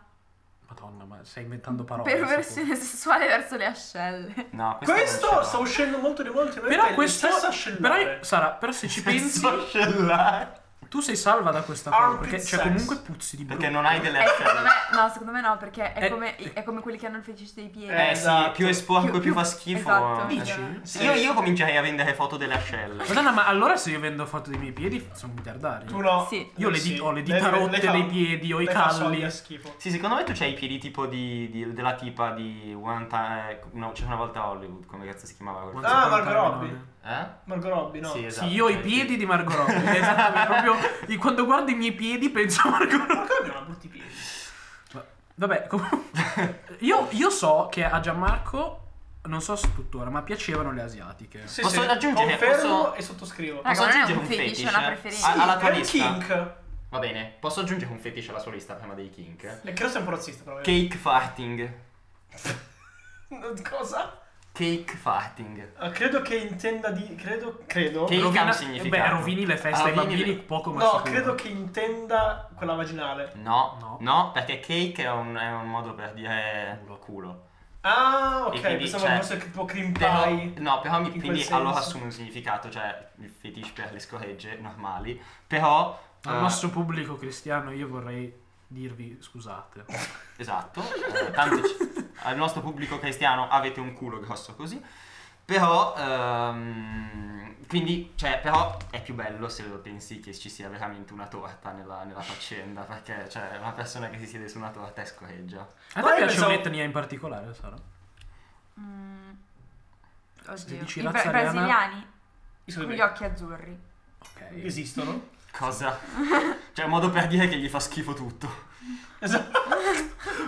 D: Madonna, ma stai inventando parole.
C: Perversione sessuale verso le ascelle.
A: No, questo,
B: Questo
A: non ce
B: sta
A: l'ho.
B: uscendo molto di molti.
D: sicuro. Però questo... Però,
B: Però
D: Sara, però se ci pensi,
A: Penso a scellare.
D: tu sei salva da questa cosa.
B: Armpit
D: Perché cioè,
B: sex.
D: comunque puzzi di brutto.
A: Perché non hai delle
C: Eh, secondo
A: ascelle.
C: me, no, secondo me no, perché è,
D: Eh,
C: come,
D: eh.
C: è come quelli che hanno il fetice dei piedi.
A: Eh sì,
B: Esatto.
A: più è sporco più,
C: Più- più-
A: fa schifo.
C: esatto.
A: Eh,
D: Dici?
A: sì, Io, io comincerei a vendere foto delle ascelle.
D: Madonna, ma allora se io vendo foto dei miei piedi sono miliardario.
B: Tu no.
C: Sì.
D: Io le dit- ho le dita rotte
B: fa-
D: dei piedi, ho i
B: lei fa
D: calli.
B: soldi a schifo.
A: Sì, secondo me tu c'hai i piedi tipo di, di- della tipa di One Time. eh, No, c'è una volta a Hollywood, come cazzo si chiamava quel
D: Non so
B: Ah,
D: quanto
B: Margot
D: erano,
B: Robbie.
D: no?
A: Eh?
B: Margot Robbie, no?
A: esatto,
D: Sì, io ho i
A: cioè,
D: piedi di Margot Robbie. Esattamente, proprio io quando guardo i miei piedi penso a Margot Robbie.
B: Margot Robbie non ha brutti piedi.
D: Vabbè, comunque io, io so che a Gianmarco non so se tuttora, ma piacevano le asiatiche.
B: Sì,
A: Posso
B: sì,
A: aggiungere,
B: Confermo
A: posso-
B: e sottoscrivo.
C: Raga, non è
A: aggiungere eh?
C: un fetish, è una preferenza.
A: A- alla tua
B: è un
A: lista.
B: kink.
A: Va bene, posso aggiungere un fetish alla sua lista prima dei kink?
B: Eh, Credo sia un po' razzista, però. eh.
A: Cake farting.
B: Cosa?
A: Cake farting.
B: Eh, Credo che intenda di. Credo. Credo.
A: Che-
D: Rovina-
A: ha un significato. Ah,
D: Beh, rovini le feste ai
A: Rovini le-
D: bambini poco ma
B: No,
D: sicuro.
B: credo che intenda quella vaginale.
A: No,
D: No.
A: no, perché cake è un, è un modo per dire
D: Culo.
A: culo.
B: Ah,
A: E
B: ok,
A: quindi,
B: pensavo
A: cioè,
B: fosse tipo cream
A: Però-
B: pie.
A: no, però mi,
B: in quel
A: quindi
B: senso.
A: allora assume un significato, cioè il fetish per le scoregge normali, però...
D: Al
A: eh,
D: nostro pubblico cristiano io vorrei dirvi scusate.
A: Esatto, eh, tanto ci- al nostro pubblico cristiano avete un culo grosso così, però, ehm, quindi, cioè, però è più bello se lo pensi che ci sia veramente una torta nella, nella faccenda, perché cioè, una persona che si siede su una torta e scorreggia.
B: Ma
D: A te
B: io
D: piace
B: pensavo-
D: un'etnia in particolare, Sara?
C: Mm. Oddio.
D: dici
C: I bra-
D: razza ariana-
C: brasiliani con gli
B: Scusami,
C: occhi azzurri.
D: Ok.
B: esistono?
A: Cosa? Cioè, un modo per dire che gli fa schifo tutto.
B: Esatto.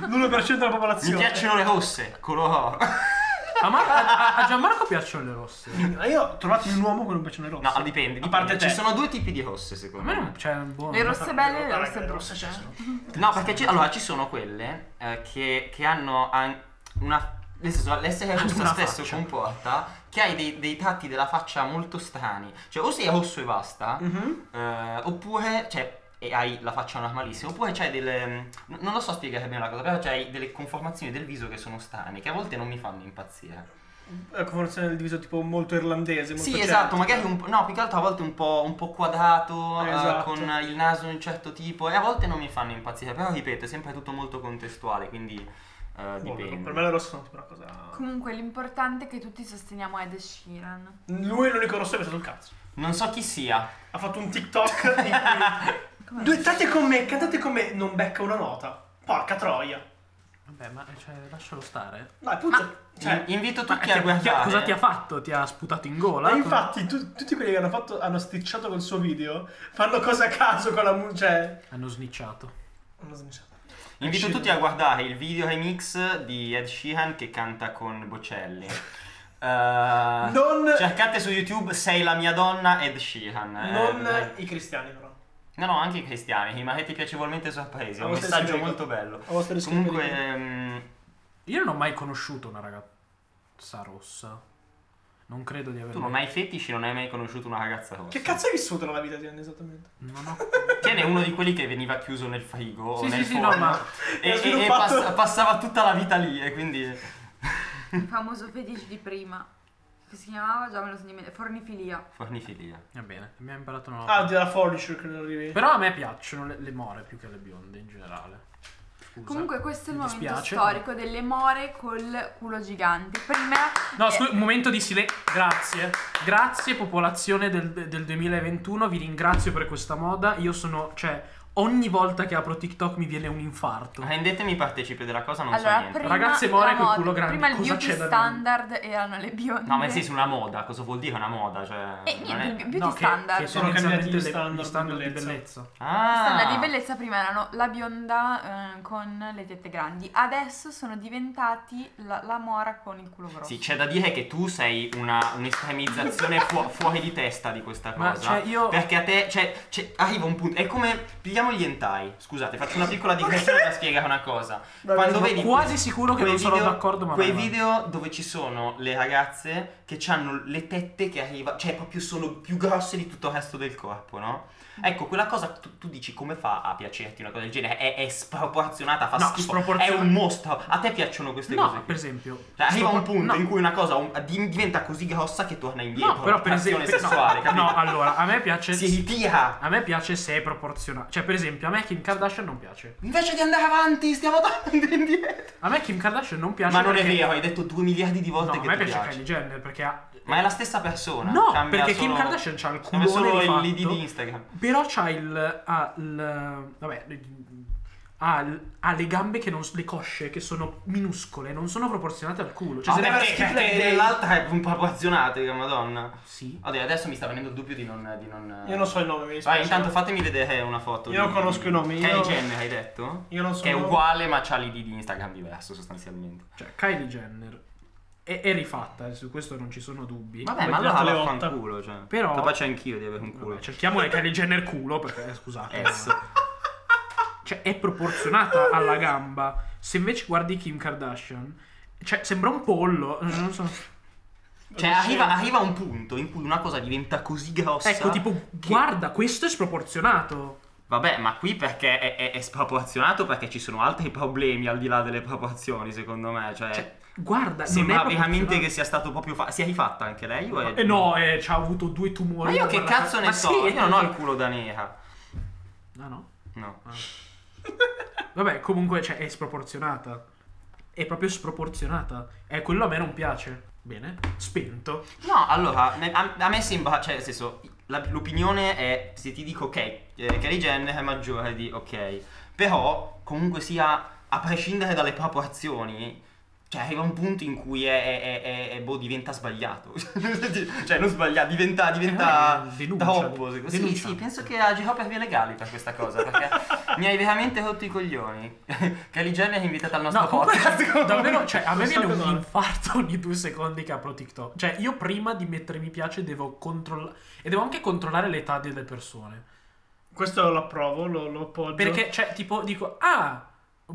B: L'1% della
A: Mi
B: popolazione.
A: piacciono le rosse, color oro.
D: A, Mar- a- a Gianmarco piacciono le rosse.
B: Ma io ho trovato un uomo che non piacciono le rosse.
A: No, dipende. cioè
B: A parte
A: dipende.
B: te.
A: Ci sono due tipi di rosse,
D: A
A: secondo
D: me
A: me.
D: non c'è un buon...
C: Le rosse belle e le
B: Raga,
C: rosse brutte.
B: ce ne sono.
A: No, perché ci, allora ci sono quelle eh, che, che hanno an- una. Nel senso, l'essere
D: Hanno
A: rossa
D: una
A: spesso
D: faccia.
A: comporta che hai dei, dei tratti della faccia molto strani. Cioè, o sei rosso e basta,
D: Mm.
B: Mhm.
A: eh, oppure. Cioè, e hai la faccia normalissima, oppure c'hai delle. n- Non lo so spiegare bene la cosa, però c'hai delle conformazioni del viso che sono strane, che a volte non mi fanno impazzire.
B: La conformazione del viso tipo molto irlandese. Molto certo.
A: sì,
B: celtica.
A: esatto, magari un po'. No, più che altro a volte un po', un po quadrato,
B: Eh,
A: eh,
B: esatto.
A: con il naso di un certo tipo, e a volte non mi fanno impazzire, però ripeto, è sempre tutto molto contestuale, quindi. eh,
B: Boh,
A: dipende.
B: Per me le rosse sono tipo una cosa.
C: Comunque l'importante è che tutti sosteniamo Ed Sheeran.
B: Lui è l'unico rosso che mi ha preso sul cazzo.
A: Non so chi sia.
B: Ha fatto un TikTok in cui.
C: Com'è?
B: Duettate con me, cantate con me, non becca una nota. Porca troia.
D: Vabbè, ma cioè, lascialo stare.
B: Dai, punto.
A: In-
B: cioè,
A: invito
D: Ma
A: tutti
D: ti
A: a
D: ha- ti ha-
A: guardare.
D: cosa ti ha fatto? Ti ha sputato in gola?
B: ma infatti tu- tutti quelli che hanno fatto hanno sticciato col suo video fanno cose a caso con la mu- cioè
D: Hanno snicciato.
B: hanno snicciato.
A: Invito
B: Sheeran.
A: tutti a guardare il video remix di Ed Sheeran che canta con Bocelli. Eh,
B: Non-
A: Cercate su YouTube Sei la mia donna Ed Sheehan. eh,
B: Non
A: dai.
B: i cristiani, però.
A: No, no, anche i cristiani. Rimanete piacevolmente sorpresi. È un
B: Avevo stesso
A: messaggio
B: greco.
A: molto bello.
B: Avevo stesso
A: Comunque,
B: greco.
A: ehm,
D: Io non ho mai conosciuto una ragazza rossa. Non credo di aver
A: tu non hai fetici, non hai mai conosciuto una ragazza rossa.
B: Che cazzo hai vissuto nella vita di Anne esattamente?
D: Non ho...
A: Tiene uno di quelli che veniva chiuso nel frigo o
D: sì,
A: Oh, nel
D: sì, sì, no,
A: forno
D: ma...
A: e,
B: Ha
A: e- e
B: sviluppato-
A: pass- passava tutta la vita lì e quindi
C: Il famoso fetish di prima. Che si chiamava? Già me lo sono dimenticato.
D: Esatto.
C: Fornifilia.
A: fornifilia.
D: Va bene, mi ha imparato una
B: Ah, della Forniture che non arrivi.
D: Però a me piacciono le, le more più che le bionde in generale. Scusa.
C: Comunque questo è il
D: Mi
C: momento
D: dispiace.
C: storico delle more col culo gigante. Per me...
D: No, scusa, un momento di silenzio. Grazie. Grazie popolazione del, del 2021, vi ringrazio per questa moda. Io sono, cioè, ogni volta che apro TikTok mi viene un infarto.
A: Rendetemi partecipe della cosa, non so
C: allora,
A: niente.
C: prima
D: Ragazze more
C: la
D: col
C: moda-
D: culo grande,
C: Prima il
D: cosa
C: beauty
D: c'è da dire?
C: standard erano le bionde.
A: No, ma sì, su una moda, cosa vuol dire una moda? Cioè,
C: E
A: non
C: Eh, niente,
A: è-
C: il beauty
D: No, che-
C: standard.
D: Che,
B: Sono
D: tendenzialmente
B: cambiati gli
D: le-
B: standard di
D: di
B: bellezza.
D: bellezza.
C: I
A: Ah,
C: standard di bellezza prima erano la bionda eh, con le tette grandi, adesso sono diventati la, la mora con il culo grosso.
A: Sì, c'è da dire che tu sei una, un'estremizzazione fu- fuori di testa di questa
D: Ma,
A: cosa.
D: cioè, io-
A: Perché a te, cioè, cioè, arriva un punto. È come. Pigliamo gli hentai. Scusate, faccio una piccola digressione per spiegare una cosa. Quando
D: Sono
A: vedi.
D: quasi sicuro che
A: quei
D: non sono
A: video-
D: d'accordo, ma
A: Quei
D: vai, vai.
A: video dove ci sono le ragazze che hanno le tette che arriva, cioè proprio sono più grosse di tutto il resto del corpo, no?
D: Mm.
A: Ecco, quella cosa tu, tu dici come fa a piacerti una cosa del genere? È, è sproporzionata, fa
D: No,
A: schifo,
D: sproporzion-
A: è un mostro. A te piacciono queste
D: No,
A: cose? qui?
D: per esempio.
A: Cioè, arriva un
D: sto-
A: punto
D: no,
A: in cui una cosa un- di- diventa così grossa che torna indietro.
D: No, però per
A: l'attrazione
D: esempio
A: sessuale,
D: no,
A: capito?
D: no, allora, a me piace
A: si ritira.
D: a me piace se è proporzionale. Cioè, per esempio, a me Kim Kardashian non piace.
A: Invece di andare avanti, stiamo tornando indietro.
D: A me Kim Kardashian non piace
A: Ma non è
D: perché-
A: vero, hai detto due miliardi di
D: No,
A: volte
D: a
A: che
D: me
A: ti
D: piace
A: piace.
D: Kylie Jenner perché ha
A: Ma è la stessa persona.
D: No,
A: cambia
D: perché
A: solo-
D: Kim Kardashian c'ha il
A: cambia solo
D: culone
A: il
D: rifatto.
A: l'ID di Instagram.
D: Però c'ha il. Ha il. Vabbè. Ha, il- ha le gambe che non. le cosce che sono minuscole, non sono proporzionate al culo. Cioè,
A: Cioè,
D: se ne
A: perché,
D: schifo
A: perché
D: dei-
A: l'altra è un proporzionata, che madonna.
D: Sì.
A: Oddio, adesso mi sta venendo il dubbio di non... Di non
B: Io non so il nome, mi dispiace.
A: Vai, intanto fatemi vedere una foto.
B: Io
A: di-
B: conosco i nomi,
A: Kylie
B: io-
A: Jenner, hai detto?
B: Io non so.
A: Che è uguale ma c'ha l'ID di Instagram diverso sostanzialmente.
D: Cioè, Kylie Jenner è, è rifatta, eh, su questo non ci sono dubbi.
A: Vabbè,
B: Come
A: ma allora
B: Giorgio
A: la fa
B: Leotta.
A: un culo, cioè.
D: Però-
A: Capace anch'io di avere un culo.
D: Vabbè, cerchiamo le Kylie Jenner culo perché, eh, scusate. ma-
A: Esso.
D: Cioè, è proporzionata alla gamba. Se invece guardi Kim Kardashian, cioè, sembra un pollo. Non so.
A: Cioè, arriva, arriva un punto in cui una cosa diventa così grossa.
D: Ecco, tipo, guarda, questo è sproporzionato.
A: Vabbè, ma qui perché è, è- è sproporzionato? Perché ci sono altri problemi al di là delle proporzioni, secondo me.
B: Eh,
A: Cioè,
D: Cioè, guarda,
A: sembra
D: non è
A: veramente che
D: proporzionato.
A: sia stato proprio fatto. Si è rifatta anche lei? O è...
D: Eh no, eh, ci ha avuto due tumori.
A: Ma io che
D: Ma la-
A: cazzo ne
D: ma
A: so?
D: sì,
A: io non ho il culo da nera.
D: Ah, no?
A: No.
D: Vabbè, comunque, cioè, è sproporzionata. È proprio sproporzionata. E quello a me non piace. Bene, spento.
A: No, allora, ne- a, a me sembra, cioè, nel senso, la- l'opinione è, se ti dico ok, eh, Kylie Jenner è maggiore di ok, però comunque sia, a prescindere dalle proporzioni, cioè arriva un punto in cui è, è- è- è- è- boh, diventa sbagliato. cioè, non sbagliato, diventa, diventa
D: Eh, denuncia,
A: troppo. secondo- Sì,
D: denuncia.
A: sì, penso che agirò per vie legali per questa cosa, perché mi hai veramente rotto i coglioni. Kylie Jenner è invitata al nostro
D: No, comunque,
A: podcast.
D: davvero, cioè, a me
B: Non so
D: viene un
B: cosa-
D: infarto ogni due secondi che apro TikTok. Cioè, io prima di mettere mi piace devo controllare... E devo anche controllare l'età delle persone.
B: Questo lo approvo, lo, lo appoggio.
D: Perché, cioè, tipo, dico, ah...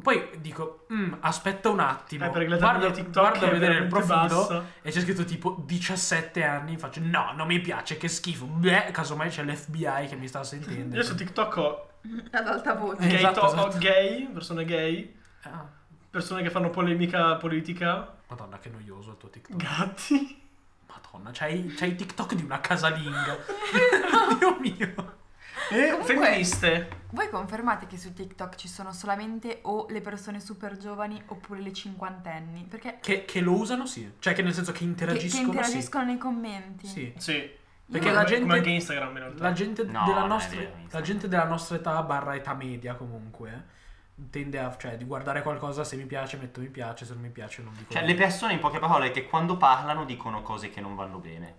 D: Poi dico, "Mm, aspetta un attimo,
B: Eh, perché la
D: guardo,
B: guarda, TikTok
D: guardo a
B: è
D: vedere il
B: veramente
D: profilo
B: bassa.
D: e c'è scritto tipo 17 anni, faccio no, non mi piace, che schifo, Bleh, casomai c'è l'FBI che mi sta sentendo.
B: Io su TikTok ho
C: Ad alta voce.
D: Eh,
B: gay,
D: esatto,
B: to-
D: esatto.
B: ho gay, persone gay,
D: Ah,
B: persone che fanno polemica politica,
D: madonna, che noioso il tuo TikTok.
B: gatti.
D: Madonna, c'hai, c'hai i TikTok di una casalinga. Dio mio.
B: E
C: Comunque-
B: femministe.
C: Voi confermate che su TikTok ci sono solamente o le persone super giovani oppure le cinquantenni? Perché che-
D: Che, che lo usano, sì. Cioè, che nel senso che
C: che,
D: interagiscono,
C: interagiscono nei commenti.
D: sì. Sì.
B: Sì.
D: Perché
B: come,
D: la gente-
B: come anche Instagram in realtà.
D: La gente,
A: No,
D: della
A: non è
D: nostra,
A: vero, mi sa.
D: la gente della nostra età, barra età media comunque, tende a, cioè, di guardare qualcosa, se mi piace metto mi piace, se non mi piace non dico
A: Cioè, le
D: niente.
A: persone in poche parole che quando parlano dicono cose che non vanno bene,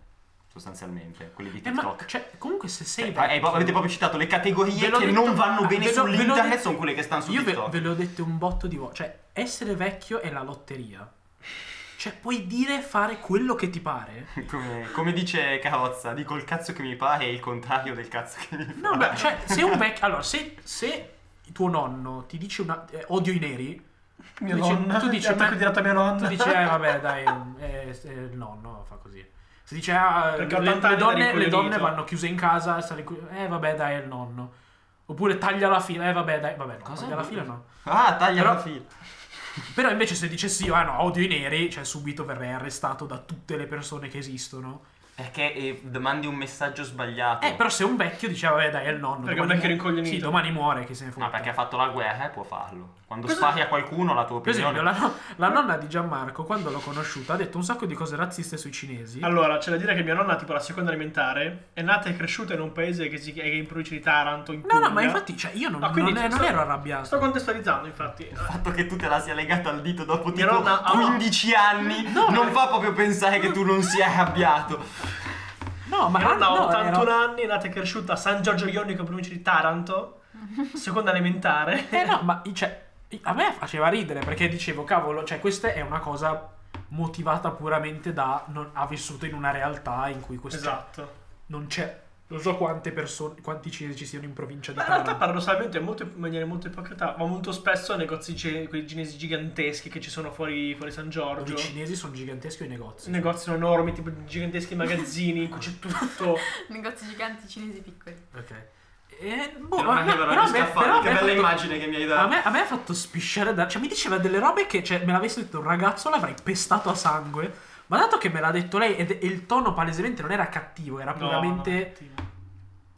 A: sostanzialmente, quelli di
D: Eh, ma,
A: TikTok.
D: cioè, comunque se sei...
A: Eh, eh, avete proprio citato le categorie
D: Ve l'ho
A: che
D: detto-
A: non vanno bene
D: ve l'ho- ve l'ho
A: sull'internet
D: detto-
A: sono quelle che stanno su
D: Io ve,
A: TikTok.
D: ve l'ho detto un botto di volte. Cioè, essere vecchio è la lotteria. Cioè, puoi dire e fare quello che ti pare.
A: Come, come dice Carozza, dico il cazzo che mi pare e il contrario del cazzo che mi pare.
D: No, beh, cioè, se un vecchio. Allora, se, se tuo nonno ti dice una, eh, odio i neri.
B: Mia
D: tu dici-
B: nonna,
D: tu dici,
B: è
D: ma-
B: attacco diretto a mia nonna.
D: Tu dici, eh, vabbè, dai, eh, eh, il nonno fa così. Se dice, ah, le,
B: Perché ho 80
D: le
B: anni,
D: donne,
B: ero
D: le donne
B: incoglionito.
D: vanno chiuse in casa, stare qui- eh, vabbè, dai, è il nonno. Oppure taglia la fila, eh, vabbè, dai, vabbè, no,
A: Cosa?
D: taglia la fila no.
A: Ah, taglia la
D: Però-
A: fila.
D: Però invece se dicessi, ah, no, odio i neri, cioè subito verrei arrestato da tutte le persone che esistono.
A: Perché eh, mandi un messaggio sbagliato.
D: Eh, però se un vecchio dice, vabbè, dai, è il nonno.
B: Perché
D: domani
B: un vecchio
D: mu-
B: rincoglionito.
D: Sì, domani muore, che se ne frega.
A: No, Ah, perché ha fatto la guerra e può farlo. Quando
D: Cosa-
A: spari a qualcuno la tua
D: Per esempio,
A: opinione...
D: la, no- la nonna di Gianmarco, quando l'ho conosciuta, ha detto un sacco di cose razziste sui cinesi.
B: Allora, c'è da dire che mia nonna, tipo la seconda elementare, è nata e cresciuta in un paese che, si, che è in provincia di Taranto, in
D: No,
B: Puglia.
D: no, ma infatti, cioè, io non,
B: Ah, quindi
D: non-
B: sto-
D: non ero arrabbiato.
B: Sto contestualizzando, infatti.
A: Il fatto che tu te la sia legata al dito dopo
B: Mia
A: tipo
B: nonna ha-
A: 15 anni
D: No,
A: non
D: ma-
A: fa proprio pensare che tu non sia arrabbiato.
D: No, ma
B: Mia nonna ha
D: no,
B: 81
D: era-
B: anni, è nata e cresciuta a San Giorgio Ionico, in provincia di Taranto, seconda elementare.
D: Eh no, ma cioè, a me faceva ridere perché dicevo, cavolo, cioè, questa è una cosa motivata puramente da non- ha vissuto in una realtà in cui questo
B: Esatto.
D: non c'è. Non so quante persone, quanti cinesi ci siano in provincia di
B: Ma in realtà
D: Taranto.
B: paradossalmente molto, in maniera molto ipocrita, ma molto spesso negozi ci- quei cinesi giganteschi che ci sono fuori, fuori San Giorgio.
D: I cinesi sono giganteschi i negozi.
B: Negozi sono enormi, tipo giganteschi magazzini in cui c'è tutto.
C: Negozi giganti cinesi piccoli.
D: ok. E, boh, ma- no, però a me- però a me ha fatto-
A: che mi hai
D: A me, a me ha fatto spisciare da... Cioè mi diceva delle robe che cioè, me l'avesse detto un ragazzo l'avrei pestato a sangue. Ma dato che me l'ha detto lei ed- e il tono palesemente non era cattivo, era puramente...
B: No, no,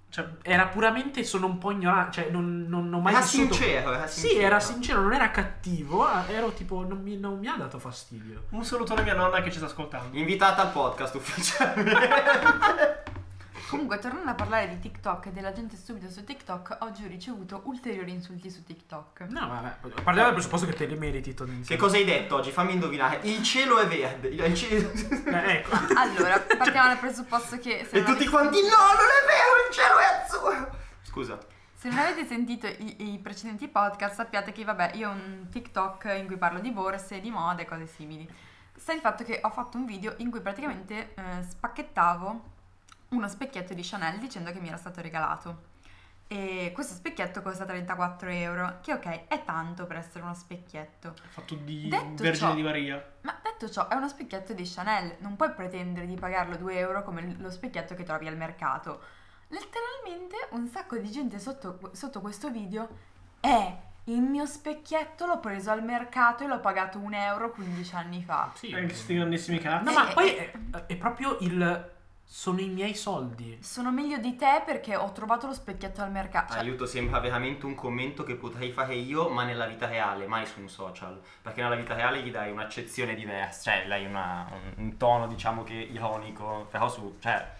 B: cioè,
D: Era puramente sono un po' ignorante, cioè non, non- non ho mai
A: era
D: vissuto-
A: sincero, era
D: Sì,
A: sincero.
D: era sincero, non era cattivo, eh, ero tipo, non mi, non mi ha dato fastidio.
B: un saluto alla mia nonna che ci sta ascoltando.
A: Invitata al podcast ufficialmente.
C: Comunque, tornando a parlare di TikTok e della gente subito su TikTok, oggi ho ricevuto ulteriori insulti su TikTok.
D: No, vabbè, parliamo del presupposto che te li meriti, tendenzialmente.
A: che cosa hai detto oggi? Fammi indovinare. Il cielo è verde. Il- il cielo-
D: Eh, ecco.
C: Allora, partiamo dal presupposto che se
A: e
C: non
A: tutti
C: avete-
A: quanti, no, non è vero, il cielo è azzurro. Scusa.
C: Se non avete sentito i, i precedenti podcast, sappiate che vabbè, io ho un TikTok in cui parlo di borse, di moda e cose simili. Sta il fatto che ho fatto un video in cui praticamente eh, spacchettavo uno specchietto di Chanel dicendo che mi era stato regalato. E questo specchietto costa 34 euro, che ok, è tanto per essere uno specchietto.
B: Fatto di
C: Detto
B: Vergine
C: ciò-
B: di Maria.
C: Ma detto ciò, è uno specchietto di Chanel, non puoi pretendere di pagarlo 2 euro come lo specchietto che trovi al mercato. Letteralmente un sacco di gente sotto, sotto questo video è il mio specchietto l'ho preso al mercato e l'ho pagato 1 euro 15 anni fa.
D: Sì.
B: Anche Eh, questi grandissimi cazzi.
D: No, ma poi è, è proprio il... sono i miei soldi.
C: Sono meglio di te perché ho trovato lo specchietto al mercato. Cioè,
A: Aiuto, sembra veramente un commento che potrei fare io, ma nella vita reale, mai su un social. Perché nella vita reale gli dai un'accezione diversa, cioè dai una- un, un tono, diciamo che ironico, però su, cioè,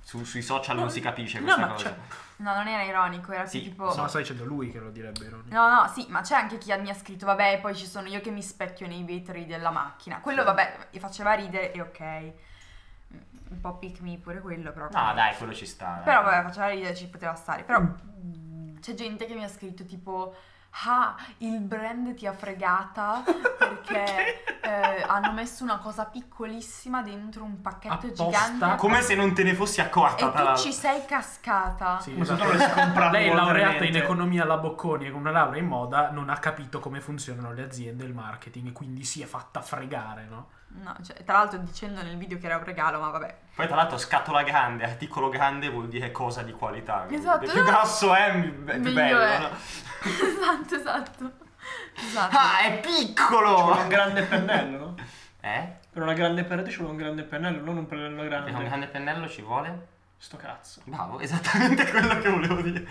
A: su- sui social non si capisce
D: No,
A: questa
D: ma
A: cosa.
D: cioè-
C: No, non era ironico, era
A: Sì,
C: più tipo...
A: so.
D: No, sta dicendo lui che lo direbbe, Roni.
C: No, no, sì, ma c'è anche chi mi ha scritto, vabbè, poi ci sono io che mi specchio nei vetri della macchina. Quello,
A: Sì.
C: vabbè, faceva ridere e ok. Mm, Un po' pick me pure quello, però.
A: No, Mm. dai, quello ci sta. dai.
C: Però, vabbè, faceva ridere, ci poteva stare. Però c'è gente che mi ha scritto tipo... Ah, il brand ti ha fregata perché eh, hanno messo una cosa piccolissima dentro un pacchetto
D: Apposta.
C: gigante.
A: Come se non te ne fossi accorta, tra
C: E tu
A: l'altro.
C: ci sei cascata.
D: Sì,
B: Come se tu
D: esatto.
B: l'avessi comprato
D: Lei è laureata in
B: modernamente.
D: economia alla Bocconi e con una laurea in moda non ha capito come funzionano le aziende e il marketing e quindi si è fatta fregare, no?
C: No, cioè, tra l'altro dicendo nel video che era un regalo, ma vabbè.
A: Poi tra l'altro scatola grande, articolo grande vuol dire cosa di qualità.
C: Esatto,
A: Più
C: no.
A: grosso è, m- è più
C: Meglio
A: bello. no?
C: è. esatto, esatto. Esatto.
A: Ah, è
B: Ci vuole un
A: piccolo!
B: grande pennello, no?
A: Eh?
B: Per una grande parete ci vuole un grande pennello, non un pennello
A: Per un
B: grande.
A: grande pennello ci vuole?
B: Sto cazzo.
A: Bravo, esattamente quello che volevo dire.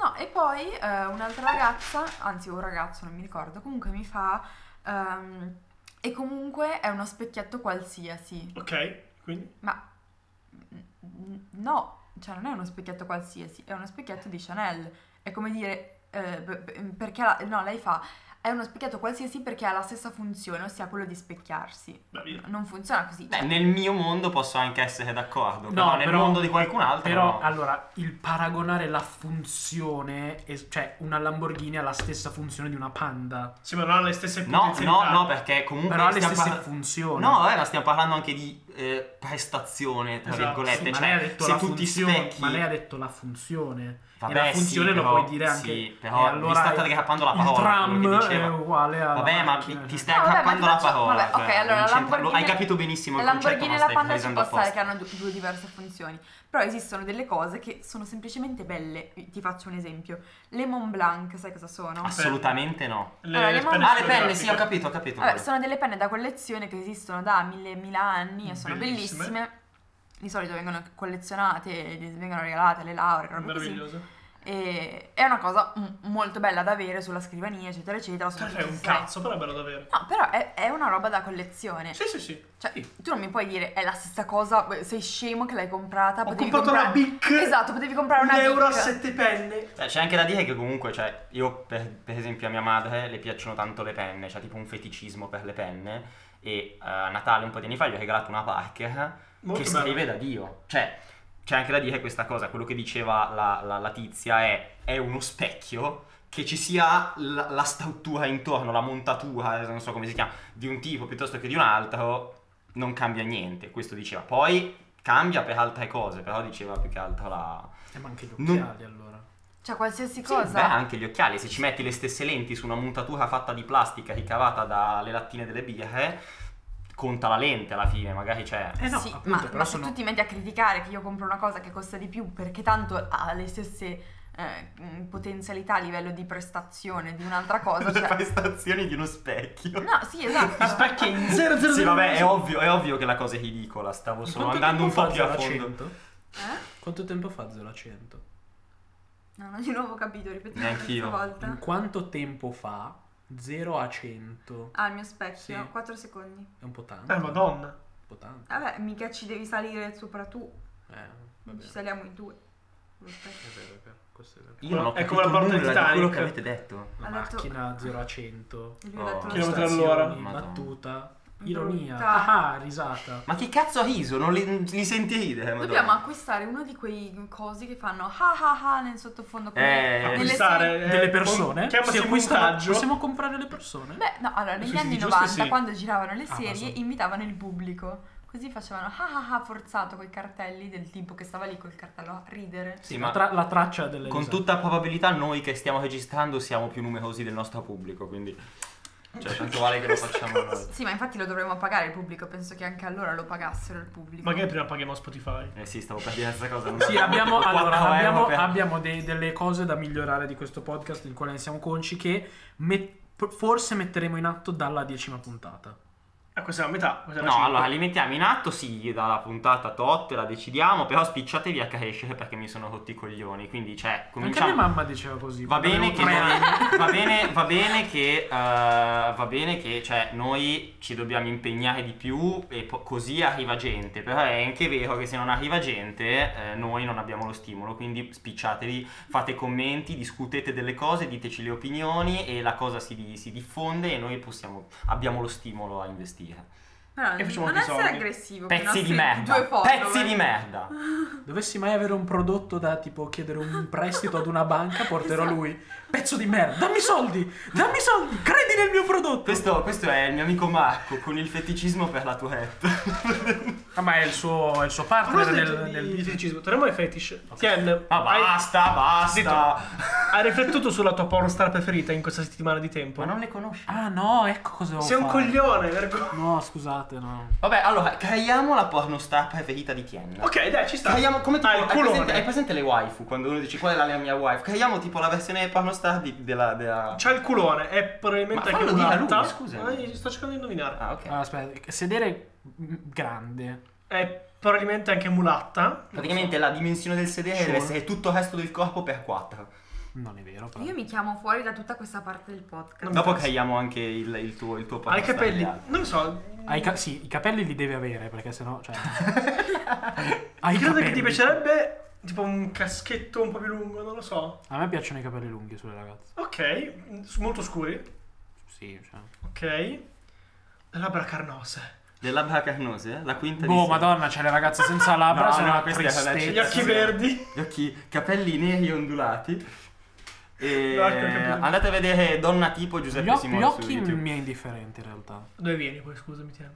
C: No, e poi eh, un'altra ragazza, anzi un ragazzo, non mi ricordo, comunque mi fa... ehm, e comunque è uno specchietto qualsiasi.
B: Ok, quindi.
C: Ma... mm, No, cioè non è uno specchietto qualsiasi, è uno specchietto di Chanel. È come dire... eh, b- b- perché... la- no, lei fa... è uno specchietto qualsiasi perché ha la stessa funzione, ossia quello di specchiarsi.
B: Beh, via.
C: Non funziona così.
A: Beh,
C: cioè,
A: nel mio mondo posso anche essere d'accordo,
D: No,
A: però nel
D: però-
A: mondo di qualcun altro
D: Però
A: no.
D: allora il paragonare la funzione, es- cioè una Lamborghini ha la stessa funzione di una Panda,
B: Sì, ma non ha le stesse Ah,
A: No, no,
B: potenzialità.
A: no, perché comunque
D: però ha le
A: stiamo
D: stesse
A: parla-
D: funzioni.
A: No, eh, ma stiamo parlando anche di eh, prestazione, tra
B: Esatto,
A: virgolette.
D: Sì, ma
A: cioè,
D: lei ha detto
A: se
D: la
A: tu
D: funzione,
A: ti specchi.
D: ma lei ha detto la funzione.
A: Vabbè,
D: e la funzione
A: sì,
D: lo
A: però-
D: puoi dire anche.
A: sì,
D: e
A: però
D: allora
A: mi state aggrappando la parola,
D: Il
A: quello che
D: tram
A: diceva.
D: è uguale alla
A: Vabbè, ma ti-
D: macchina, cioè.
A: ti stai
C: No, vabbè, ma
A: aggrappando la
C: ti faccio-
A: parola.
C: vabbè,
A: cioè,
C: ok, allora
A: non
C: la
A: c'entra- lo- Hai
C: Lamborghini-
A: capito benissimo
C: la
A: il concetto, ma
C: Lamborghini e
A: lo
C: la
A: stai
C: Panda ci
A: realizzando
C: può stare
A: apposta.
C: che hanno du- due diverse funzioni, però esistono delle cose che sono semplicemente belle. Ti faccio un esempio. Le Mont Blanc, sai cosa sono?
A: Ah, Assolutamente no.
B: Le,
C: Allora, le
B: penne
C: mani-
A: Ah, le penne,
B: fotografiche.
A: sì, ho capito, ho capito.
C: Vabbè, Eh, sono delle penne da collezione che esistono da mille, mila anni e sono
B: Bellissime.
C: bellissime. Di solito vengono collezionate, gli vengono regalate le lauree, robe così.
B: Meraviglioso.
C: E è una cosa mm, molto bella da avere sulla scrivania, eccetera, eccetera.
B: Te ne
C: soprattutto
B: Cioè, fai un
C: se sai-
B: cazzo, però è bello da avere.
C: No, però è, è una roba da collezione.
B: Sì, sì, sì.
C: Cioè,
D: Sì.
C: tu non mi puoi dire è la stessa cosa, beh, sei scemo che l'hai comprata.
B: Ho
C: Ah, potevi
B: comprato
C: comprare...
B: una Bic.
C: Esatto, potevi comprare
B: un
C: una
B: euro a
C: Bic.
B: sette penne.
A: Cioè, c'è anche da dire che comunque, cioè, io per, per esempio a mia madre le piacciono tanto le penne, c'è tipo un feticismo per le penne. E eh, a Natale un po' di anni fa gli ho regalato una Parker
B: Molto
A: che
B: bello.
A: scrive da Dio. Cioè, c'è anche da dire questa cosa, quello che diceva la, la- la tizia è, è uno specchio che ci sia la, la struttura intorno, la montatura, eh, non so come si chiama, di un tipo piuttosto che di un altro, non cambia niente, questo diceva. Poi cambia per altre cose, però diceva più che altro la...
D: Eh, ma anche gli
A: Non-
D: occhiali allora.
C: Cioè, qualsiasi
A: Sì,
C: cosa.
A: beh, anche gli occhiali, se ci metti le stesse lenti su una montatura fatta di plastica ricavata dalle lattine delle birre, conta la lente alla fine, magari cioè, c'è...
D: Eh no,
C: Sì,
D: appunto,
C: ma,
D: però
C: ma
D: sono-
C: se tu ti metti a criticare che io compro una cosa che costa di più perché tanto ha le stesse eh, mh, potenzialità a livello di prestazione di un'altra cosa,
A: le
C: cioè...
A: prestazioni di uno specchio.
C: No, sì,
B: Ti
C: esatto.
B: spacchi in 0 0
A: Sì, vabbè, è ovvio, è ovvio che la cosa è ridicola, stavo solo andando un po' più a fondo.
D: 100?
C: Eh?
D: Quanto tempo fa 0 a 100?
C: No, non di nuovo ho capito, ripetiamo
A: Neanch'io. Mm.
C: questa volta.
D: In quanto tempo fa 0 a 100?
C: Ah, il mio specchio,
D: Sì.
C: 4 secondi.
D: È un po' tanto.
B: Eh, madonna.
D: Un po' tanto.
C: Vabbè, mica ci devi salire sopra tu,
D: Eh, va
C: ci
D: bene. È
C: saliamo in due. Lo specchio.
D: vero, è vero. Questo è vero.
A: Io non ho
B: È
A: capito
B: come la parte del
A: nulla di quello
B: Titanic.
A: che avete detto.
D: La
C: Ha detto-
D: macchina 0 a 100.
C: E
A: Oh.
C: lui ha detto lo
B: Chilometri
C: specchio.
B: all'ora.
D: Stazioni,
A: Madonna.
D: Battuta.
C: Brutta.
D: Ironia. Ah, ah, risata.
A: Ma che cazzo ha riso? Non li, li senti ridere, madonna.
C: Dobbiamo acquistare uno di quei cosi che fanno ha ha ha nel sottofondo. come
A: Eh,
C: nelle
B: Acquistare,
C: serie-
B: eh,
D: Delle persone?
B: con- Chiamasi
D: Si acquista-
B: montaggio.
D: Possiamo comprare le persone?
C: Beh, no, allora negli
B: Sui
C: anni
B: siti giusti
C: 90
B: sì. Ah,
C: quando giravano le serie
D: Amazon.
C: invitavano il pubblico. Così facevano ah ah ah forzato coi cartelli del tipo che stava lì col cartello a ridere.
A: Sì,
D: la,
A: ma
D: tra- la traccia delle
A: con
D: risate.
A: tutta probabilità noi che stiamo registrando siamo più numerosi del nostro pubblico, quindi... Cioè, tanto vale che lo facciamo noi.
C: Sì, ma infatti lo dovremmo pagare il pubblico, penso che anche allora lo pagassero il pubblico.
B: Magari prima paghiamo Spotify.
A: Eh sì, stavo per dire questa cosa. non
D: Sì,
A: so.
D: abbiamo,
A: Quattro
D: allora,
A: euro
D: abbiamo,
A: per-
D: abbiamo dei- delle cose da migliorare di questo podcast, del quale ne siamo conci, che met- forse metteremo in atto dalla decima puntata.
B: Ah, questa è la metà. questa è la
A: No,
B: cinque.
A: allora li mettiamo in atto, sì, dalla puntata tot, la decidiamo, però spicciatevi a crescere perché mi sono rotti i coglioni, quindi cioè,
D: Anche
A: cominciamo...
D: mia mamma diceva così.
A: Va
D: quando
A: bene,
D: avevo
A: che
D: tre anni.
A: noi, va, bene, va bene che, eh, va bene che cioè, noi ci dobbiamo impegnare di più e po- così arriva gente, però è anche vero che se non arriva gente eh, noi non abbiamo lo stimolo, quindi spicciatevi, fate commenti, discutete delle cose, diteci le opinioni e la cosa si, di- si diffonde e noi possiamo, abbiamo lo stimolo a investire.
C: Però
B: E facciamo
C: non
B: anche i
C: essere
B: soldi.
C: aggressivo. con i
A: Pezzi di
C: nostri
A: merda,
C: Due foto,
A: pezzi di merda.
D: Dovessi mai avere un prodotto da tipo chiedere un prestito ad una banca, porterò
A: Esatto.
D: lui. Pezzo di merda, dammi soldi! Dammi soldi! Credi nel mio prodotto!
A: Questo, questo è il mio amico Marco con il feticismo per la Tourette.
D: Ah, ma è il suo, è il suo
B: A proposito
D: partner
B: di- di, di feticismo, torniamo ai fetish. Tien,
A: Ma
B: hai,
A: Ah, basta, basta.
B: hai riflettuto sulla tua pornstar preferita in questa settimana di tempo?
A: Ma non le conosci?
D: Ah no, ecco cosa ho
B: Sei un coglione, vergogna.
D: No, scusate, no.
A: Vabbè, allora, creiamo la pornostar preferita di Tien.
B: Ok, dai, ci sta.
A: Creiamo come tipo,
B: Ah, il
A: hai, presente,
B: culone.
A: hai presente le waifu? Quando uno dice qual è la mia waifu? Creiamo tipo la versione pornostar di, della, della...
B: C'ha il culone, è probabilmente
A: Ma
B: anche
A: fallo dire a lui,
B: un'alta.
A: scusa.
B: Ma io sto cercando di indovinare.
A: Ah, ok.
D: Allora, aspetta, sedere mm, grande.
B: È probabilmente anche mulatta.
A: Praticamente la dimensione del sedere
D: Sure.
A: deve essere tutto il resto del corpo per 4.
D: Non è vero, però.
C: Io mi chiamo fuori da tutta questa parte del podcast.
A: Dopo creiamo anche il, il tuo, il tuo
B: Ha i
A: pornostar
B: capelli,
A: ideale.
B: non lo so.
D: Ha i ca- sì, i capelli li deve avere, perché sennò. Cioè. Hai
B: credo che ti piacerebbe tipo un caschetto un po' più lungo, non lo so.
D: A me piacciono i capelli lunghi sulle ragazze.
B: Ok, s- molto scuri.
D: Sì, cioè.
B: Ok. Le labbra carnose.
A: Della Bacarnose, la quinta di
D: Boh,
A: Sera.
D: madonna, c'è le ragazze senza labbra,
A: No,
D: sono
A: no,
D: una
A: questa è quella
D: tristezza.
A: città.
B: Gli occhi
A: Eh, sì.
B: verdi.
A: gli occhi, capelli neri e ondulati. E
B: No, ecco, capello.
A: andate a vedere Donna Tipo
D: Gli,
A: Giuseppe
D: o- gli
A: Simone su
D: occhi
A: YouTube.
D: mi è indifferente in realtà.
B: Dove vieni poi, scusami, Tian?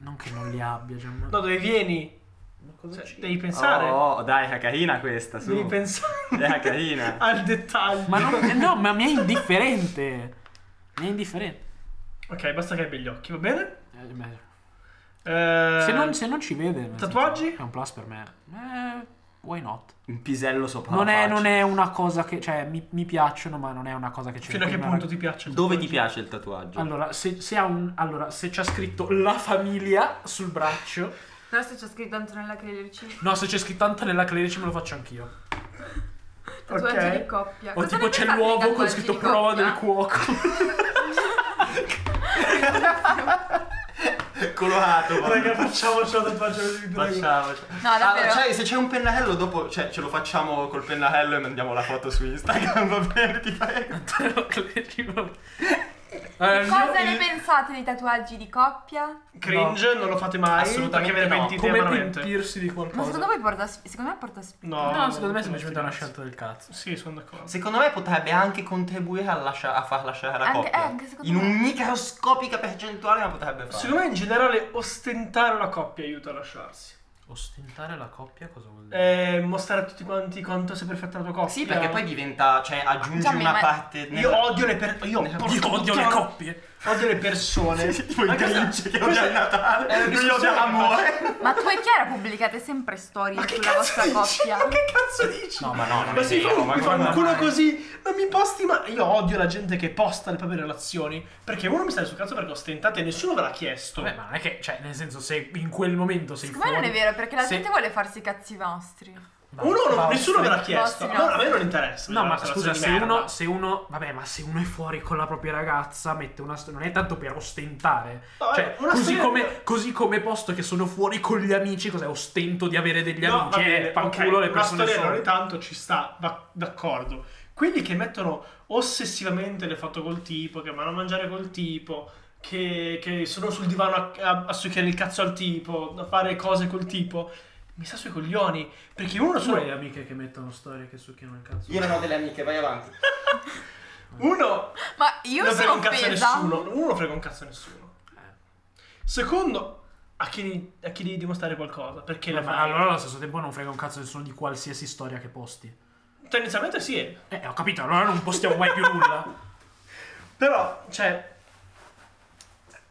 D: Non che non li abbia, cioè, ma...
B: No, dove vieni?
D: ma cosa
B: Cioè,
D: c'è?
B: devi pensare.
A: Oh, dai, era carina questa, su.
B: devi Ah. pensare
A: Era carina.
B: al dettaglio.
D: Ma non- eh, no, ma mi è indifferente. Mi è indifferente.
B: Ok, basta che abbia gli occhi, va bene?
D: Eh, beh,
B: Eh,
D: Se non, se non ci vede... nel senso,
B: Tatuaggi?
D: È un plus per me. Eh, why not?
A: Un pisello sopra
D: Non
A: la
D: è,
A: faccia.
D: non è una cosa che... Cioè, mi, mi piacciono, ma non è una cosa che ci
B: Fino a che punto ti piace? il
A: Dove ti
B: tatuaggio?
A: piace il tatuaggio?
D: Allora se, se ha un, allora, se c'è scritto la famiglia sul braccio...
C: Però se c'è scritto Antonella Clerici,
D: No, se c'è scritto Antonella Clerici me lo faccio anch'io.
C: tatuaggi
B: Ok.
C: di coppia.
D: O tipo c'è l'uovo con scritto prova del cuoco.
A: Colorato.
B: Raga, facciamoci la tatuaggio così vi prego.
A: Facciamo.
C: No, Ah,
B: Ah,
C: davvero.
A: cioè, se c'è un pennarello, dopo cioè, ce lo facciamo col pennarello e mandiamo la foto su Instagram. Va bene, ti prego.
D: Antonella Clerici me lo- Eh, il mio-
C: Cosa ne
D: il-
C: pensate dei tatuaggi di coppia?
B: Cringe, non lo fate mai.
A: Assolutamente
B: perché ve ne
A: no.
B: pentite
D: Come
B: veramente.
D: pentirsi di qualcosa?
C: Ma secondo voi porta sfi- secondo me porta sfiga.
B: No,
D: No, secondo me è
B: non
D: semplicemente una
B: cazzo.
D: scelta del cazzo.
B: Sì, sono d'accordo.
A: Secondo me potrebbe anche contribuire a, lascia- a far lasciare la
C: Anche-
A: coppia.
C: eh, anche secondo
A: In
C: me.
A: un microscopica percentuale, ma potrebbe farlo.
B: Secondo me in generale ostentare una coppia aiuta a lasciarsi.
D: Ostentare la coppia cosa vuol dire?
B: Eh, mostrare a tutti quanti quanto sei perfetta la tua coppia.
A: Sì, perché poi diventa, cioè, aggiungi
C: Gianni,
A: una
C: ma-
A: parte.
B: Io odio le per- io
A: Io
D: Io
B: porco
D: odio le
B: puttana,
D: coppie.
B: Odio le persone.
A: tipo il
B: Ma questa-
A: Grinch che odia il Natale, lui
B: una
A: odia
B: discussione.
A: l'amore.
C: Ma tu e Chiara pubblicate sempre storie sulla vostra
B: dici?
C: coppia.
B: Ma che cazzo dici?
A: No, ma no, non
B: Ma
A: è
B: sì,
A: vero,
B: tu
A: ma
B: mi fai
A: come
B: un
A: mai?
B: culo così, non mi posti, ma io odio la gente che posta le proprie relazioni, perché uno mi sale sul cazzo perché ostentate e nessuno ve l'ha chiesto.
D: Vabbè, ma non è che, cioè, nel senso, se in quel momento sei
C: Secondo me non
D: fuori-
C: è vero, perché la
D: se-
C: gente vuole farsi i cazzi vostri.
D: Va-
B: Uno, non-
D: va-
B: nessuno ve l'ha
C: Posti,
B: chiesto,
C: no.
B: a me- a me non interessa.
D: No,
B: una
D: ma
B: relazione
D: scusa,
B: di
D: se
B: merda.
D: uno, se uno. Vabbè, ma se uno è fuori con la propria ragazza, mette una. sto- Non è tanto per ostentare.
B: No,
D: cioè,
B: una
D: così
B: storia-
D: come, così come posto che sono fuori con gli amici, cos'è? Ostento di avere degli
B: No, va
D: amici.
B: bene,
D: eh, fanculo
B: ok,
D: le persone
B: Una storia
D: sole.
B: non è tanto ci sta, va- d'accordo. Quelli che mettono ossessivamente le foto col tipo, che vanno a mangiare col tipo, che, che sono sul divano a, a, a succhiare il cazzo al tipo, a fare cose col tipo, mi sta sui coglioni. Perché uno
D: Tu
B: sono.
D: hai amiche che mettono storie che succhiano il cazzo.
A: Io non ho delle amiche, vai avanti.
B: Uno
C: Ma io
B: non frega
C: sono
B: un cazzo a
C: offesa.
B: nessuno. Uno non frega un cazzo a nessuno. Secondo, a chi, a chi devi dimostrare qualcosa. Perché
D: Vabbè,
B: la fai?
D: allora allo stesso tempo non frega un cazzo nessuno di qualsiasi storia che posti.
B: Tendenzialmente sì. eh.
D: Eh, ho capito, allora non postiamo mai più nulla.
B: Però, cioè.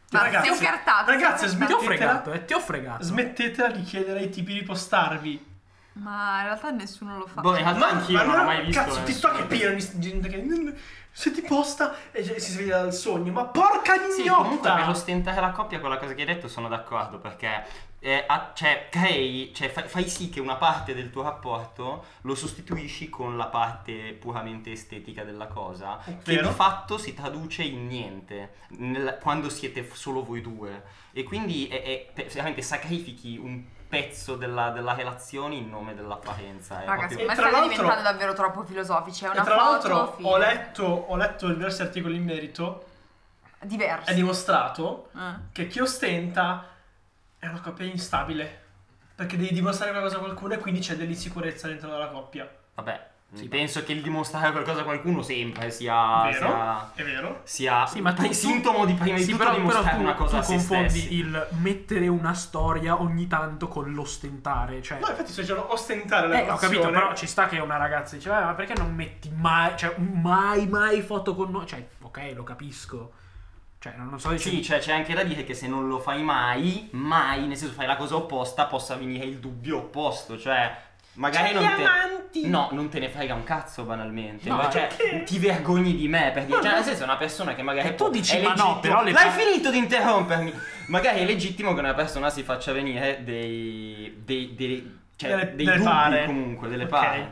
C: Ma
B: ragazzi,
C: sei un cartato,
B: Ragazze,
C: sei un
D: Ti ho
B: smettetela.
D: fregato, eh, ti ho fregato.
B: Smettetela di chiedere ai tipi di postarvi.
C: Ma in realtà nessuno lo fa.
A: Boh, in realtà anch'io non
B: allora,
A: ho mai visto.
B: Cazzo,
A: nessuno.
B: TikTok è pieno di gente che. Se ti posta e si sveglia dal sogno. Ma porca
A: Sì, comunque per
B: gnotta!
A: ostentare la coppia con la cosa che hai detto sono d'accordo perché eh, a- cioè, crei, cioè, fa- fai sì che una parte del tuo rapporto lo sostituisci con la parte puramente estetica della cosa che
B: Vero.
A: di fatto si traduce in niente nel- quando siete f- solo voi due e quindi è, è- pe- veramente sacrifichi un pezzo della, della relazione in nome dell'apparenza è
C: Raga,
A: proprio-
C: secondo me
B: E tra
C: state
B: l'altro-
C: diventando davvero troppo filosofici. È
B: E
C: una
B: tra
C: foto
B: l'altro,
C: fine.
B: ho letto, ho letto diversi articoli in merito.
C: diversa.
B: È dimostrato
C: Eh.
B: che chi ostenta è una coppia instabile. Perché devi dimostrare qualcosa a qualcuno e quindi c'è dell'insicurezza dentro dalla coppia.
A: vabbè
D: Sì,
A: penso che il dimostrare qualcosa a qualcuno sempre sia,
B: Vero?
A: sia
B: È vero?
A: sia
D: Sì, ma tu-
A: il
D: tu-
A: Ah, sintomo di prima di
D: sì,
A: tutto
D: però,
A: dimostrare
D: però tu,
A: una cosa
D: tu
A: a se
D: confondi
A: stessi.
D: il mettere una storia ogni tanto con l'ostentare, cioè
B: No, infatti sto dicendo ostentare la
D: Eh, ho capito,
B: relazione.
D: però ci sta che una ragazza dice, "Eh, ma perché non metti mai, cioè, mai, mai foto con noi? Cioè, ok, lo capisco. Cioè, non, non so dice-
A: Sì, cioè c'è anche da dire che se non lo fai mai, mai, nel senso fai la cosa opposta, possa venire il dubbio opposto, cioè magari
B: C'è
A: non
B: gli
A: te
B: amanti!
A: No, non te ne frega un cazzo banalmente.
D: No,
A: ma cioè,
B: perché?
A: ti vergogni di me per dire,
B: Ma
A: cioè
B: no.
A: nel senso è una persona che magari
D: E tu
A: può-
D: dici,
A: è
D: "Ma no,
A: legittimo-
D: però le-
A: L'hai finito di interrompermi. Magari è legittimo che una persona si faccia venire dei dei, dei- cioè,
B: Delle-
A: dei
B: delle
A: dubbi
B: pare.
A: comunque, delle
B: Ok.
A: pare.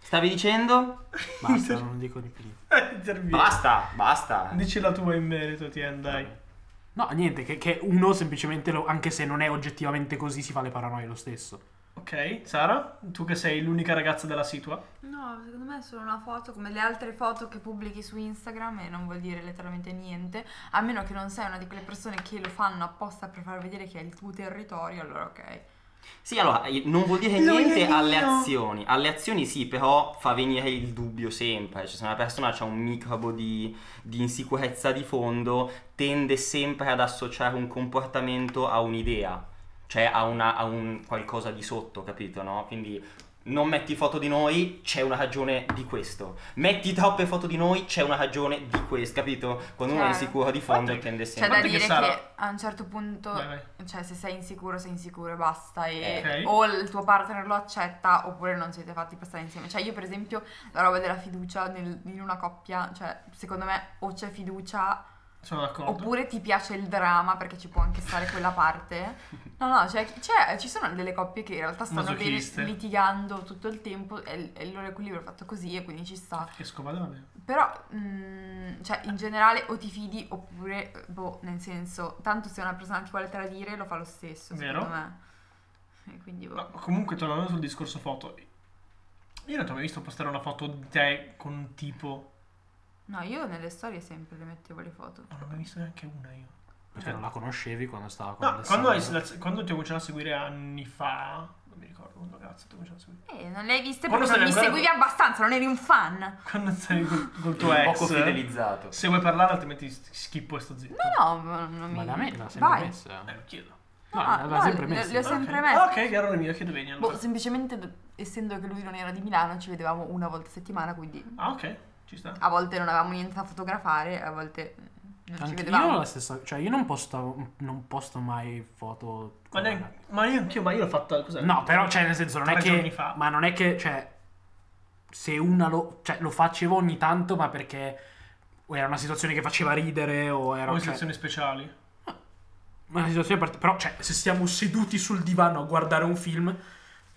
A: Stavi dicendo?
D: Basta, non dico di più.
B: Interviene.
A: Basta, basta.
B: Eh, Dici la tua in merito, Tien, dai.
D: No, niente, che, che uno semplicemente, lo- anche se non è oggettivamente così, si fa le paranoie lo stesso.
B: Ok, Sara, tu che sei l'unica ragazza della situa.
D: Oh.
C: No, secondo me è solo una foto come le altre foto che pubblichi su Instagram e non vuol dire letteralmente niente, a meno che non sei una di quelle persone che lo fanno apposta per far vedere che è il tuo territorio, allora ok.
A: Sì, allora, eh, non vuol dire
B: Lui è
A: niente
B: mio.
A: alle azioni. Alle azioni sì, però fa venire il dubbio sempre. Cioè, se una persona ha un microbo di, di insicurezza di fondo, tende sempre ad associare un comportamento a un'idea. Cioè a, una- a un qualcosa di sotto, capito, no? Quindi non metti foto di noi, c'è una ragione di questo. Metti troppe foto di noi, c'è una ragione di questo, capito? Quando uno è
C: Chiaro. cioè,
A: insicuro di fondo
B: Infatti-
A: tende
C: C'è
A: sempre...
C: da
B: Guarda che
C: dire che,
B: Sara-
C: a un certo punto,
B: Vai, vai.
C: cioè se sei insicuro, sei insicuro e basta. E
B: Ok.
C: o il tuo partner lo accetta oppure non siete fatti per stare insieme. Cioè io per esempio la roba della fiducia nel- in una coppia, cioè secondo me o c'è fiducia
B: Sono d'accordo.
C: Oppure ti piace il dramma perché ci può anche stare quella parte. No, no, cioè, c'è- ci sono delle coppie che in realtà stanno lì
B: Masochiste.
C: litigando tutto il tempo e il- e il loro equilibrio è fatto così e quindi ci sta.
B: Che scopadone.
C: Però, mm, cioè, in generale o ti fidi oppure, eh, boh, nel senso, tanto se una persona ti vuole tradire lo fa lo stesso,
B: Vero.
C: secondo me. E quindi, boh.
B: No, comunque, tornando sul discorso foto, io non ti ho mai visto postare una foto di te con un tipo.
C: No, io nelle storie sempre le mettevo le foto.
B: Non ne ho mai visto neanche una io. Cioè,
A: Certo.
D: Perché non la conoscevi quando stava con
B: No,
D: Alessandro.
B: quando, hai- la- quando ti ho cominciato a seguire anni fa, non mi ricordo quando cazzo ti ho cominciato a seguire.
C: Eh, non le hai viste
B: Quando
C: perché non mi
B: stai ancora-
C: seguivi abbastanza, non eri un fan.
B: Quando stavi col, col tuo
A: Un
B: ex.
A: poco fidelizzato.
B: Se vuoi parlare, altrimenti s- schippo e sto zitto.
C: No, no, non mi...
D: Ma da me l'ha sempre
C: Vai.
D: messa.
B: Eh, lo chiedo.
D: No,
C: Ah,
D: l'aveva
C: no,
D: sempre
C: le-
D: messa.
C: le ho sem- Sempre
B: Ok.
C: me.
B: Ah, ok, che errore mio, chiedo bene. Allora.
C: Boh, semplicemente do- essendo che lui non era di Milano ci vedevamo una volta a settimana, quindi
B: Ah, ok, ci sta.
C: a volte non avevamo niente da fotografare, a volte non ci
D: Anche io
C: vedevamo.
D: la stessa, cioè io non posto, non posto mai foto
B: Ma
D: con
B: neanche, ma neanche io, ma io l'ho fatta. Cos'è?
D: No, però cioè nel senso non è
B: Tre
D: che
B: giorni fa.
D: ma non è che cioè se una lo cioè lo facevo ogni tanto, ma perché o era una situazione che faceva ridere o era
B: Come
D: cioè,
B: situazioni speciali.
C: Eh,
D: una situazione part- però cioè se stiamo seduti sul divano a guardare un film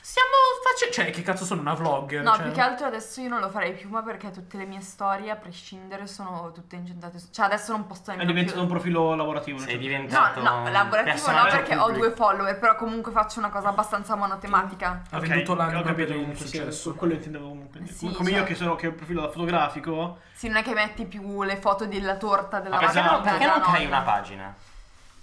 D: stiamo facendo cioè che cazzo sono una vlog?
C: No,
D: Cioè,
C: più che altro adesso io non lo farei più, ma perché tutte le mie storie, a prescindere, sono tutte incentrate su... Cioè, adesso non posto
B: È
C: nemmeno
B: diventato
C: più...
B: un profilo lavorativo. cioè.
A: Sei
B: diventato
C: No,
A: diventato...
C: no,
A: un
C: lavorativo no,
A: personaggio
C: perché ho
A: pubblico.
C: due follower, però comunque faccio una cosa abbastanza monotematica.
D: ha venduto l'anima
B: ho capito
D: per il
B: comunque, sì,
D: successo.
B: quello intendevo comunque.
C: Sì,
B: come come
C: cioè-
B: io che sono che ho il profilo da fotografico,
C: Sì, non è che metti più le foto della torta, della
A: Ma perché,
C: vacanza,
A: non, perché
C: della
A: non crei
C: nonna.
A: una pagina?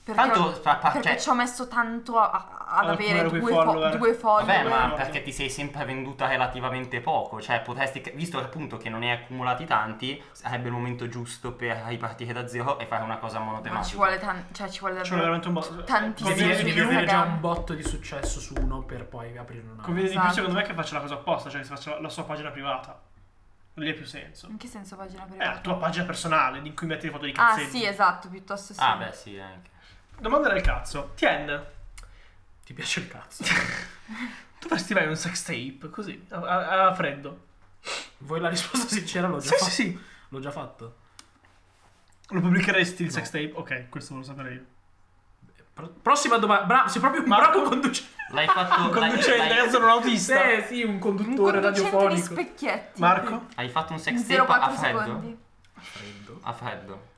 C: Perché,
A: Tanto,
C: ho-
A: fa- fa-
C: perché
A: cioè-
C: ci ho messo tanto a- a- ad
B: Ad
C: avere
B: accumulare
C: due,
B: quei
C: fo-
B: follower.
C: due follower.
A: Vabbè, ma
B: no.
A: perché ti sei sempre venduta relativamente poco, cioè potresti, visto appunto che non ne hai accumulati tanti, sarebbe il momento giusto per ripartire da zero e fare una cosa monotematica.
C: Ma ci vuole, tan- cioè, ci vuole
B: ci vuole
C: davvero
B: veramente un bo-
C: Tantissimo.
B: Conviene
D: Devi,
C: su
B: di
D: devi
B: più.
D: avere già
C: Instagram.
D: un botto di successo su uno per poi aprire una.
B: Conviene di più,
C: Esatto.
B: secondo me, che faccia la cosa apposta, cioè che faccia la sua pagina privata. Lì ha più senso.
C: In che senso pagina
B: È la
C: privata?
B: tua pagina personale in cui metti le foto di
C: ah,
B: cazzetti.
C: sì, esatto, piuttosto sì.
A: Ah, beh, sì, anche.
B: Domanda del cazzo. Tien,
D: Ti piace il cazzo?
B: tu faresti mai un sex tape così, a, a- a freddo?
D: Vuoi la risposta sincera? L'ho già
B: Sì,
D: fatto.
B: sì, sì.
D: L'ho già fatto.
B: Lo pubblicheresti il
D: No.
B: sex tape? Ok, questo volevo sapere io.
D: Pro- prossima domanda. Bra- sei proprio un
B: Marco?
D: bravo conducente.
A: L'hai fatto,
B: Un
A: l'hai-
B: conducente,
A: l'hai-
B: adesso non autista.
D: Eh sì, un
C: Un conducente
D: conduttore
C: di
D: radiofonico.
C: specchietti.
B: Marco?
A: hai fatto un
C: In
A: sex tape a
C: 0,4
A: freddo?
C: secondi.
D: Freddo.
A: A freddo.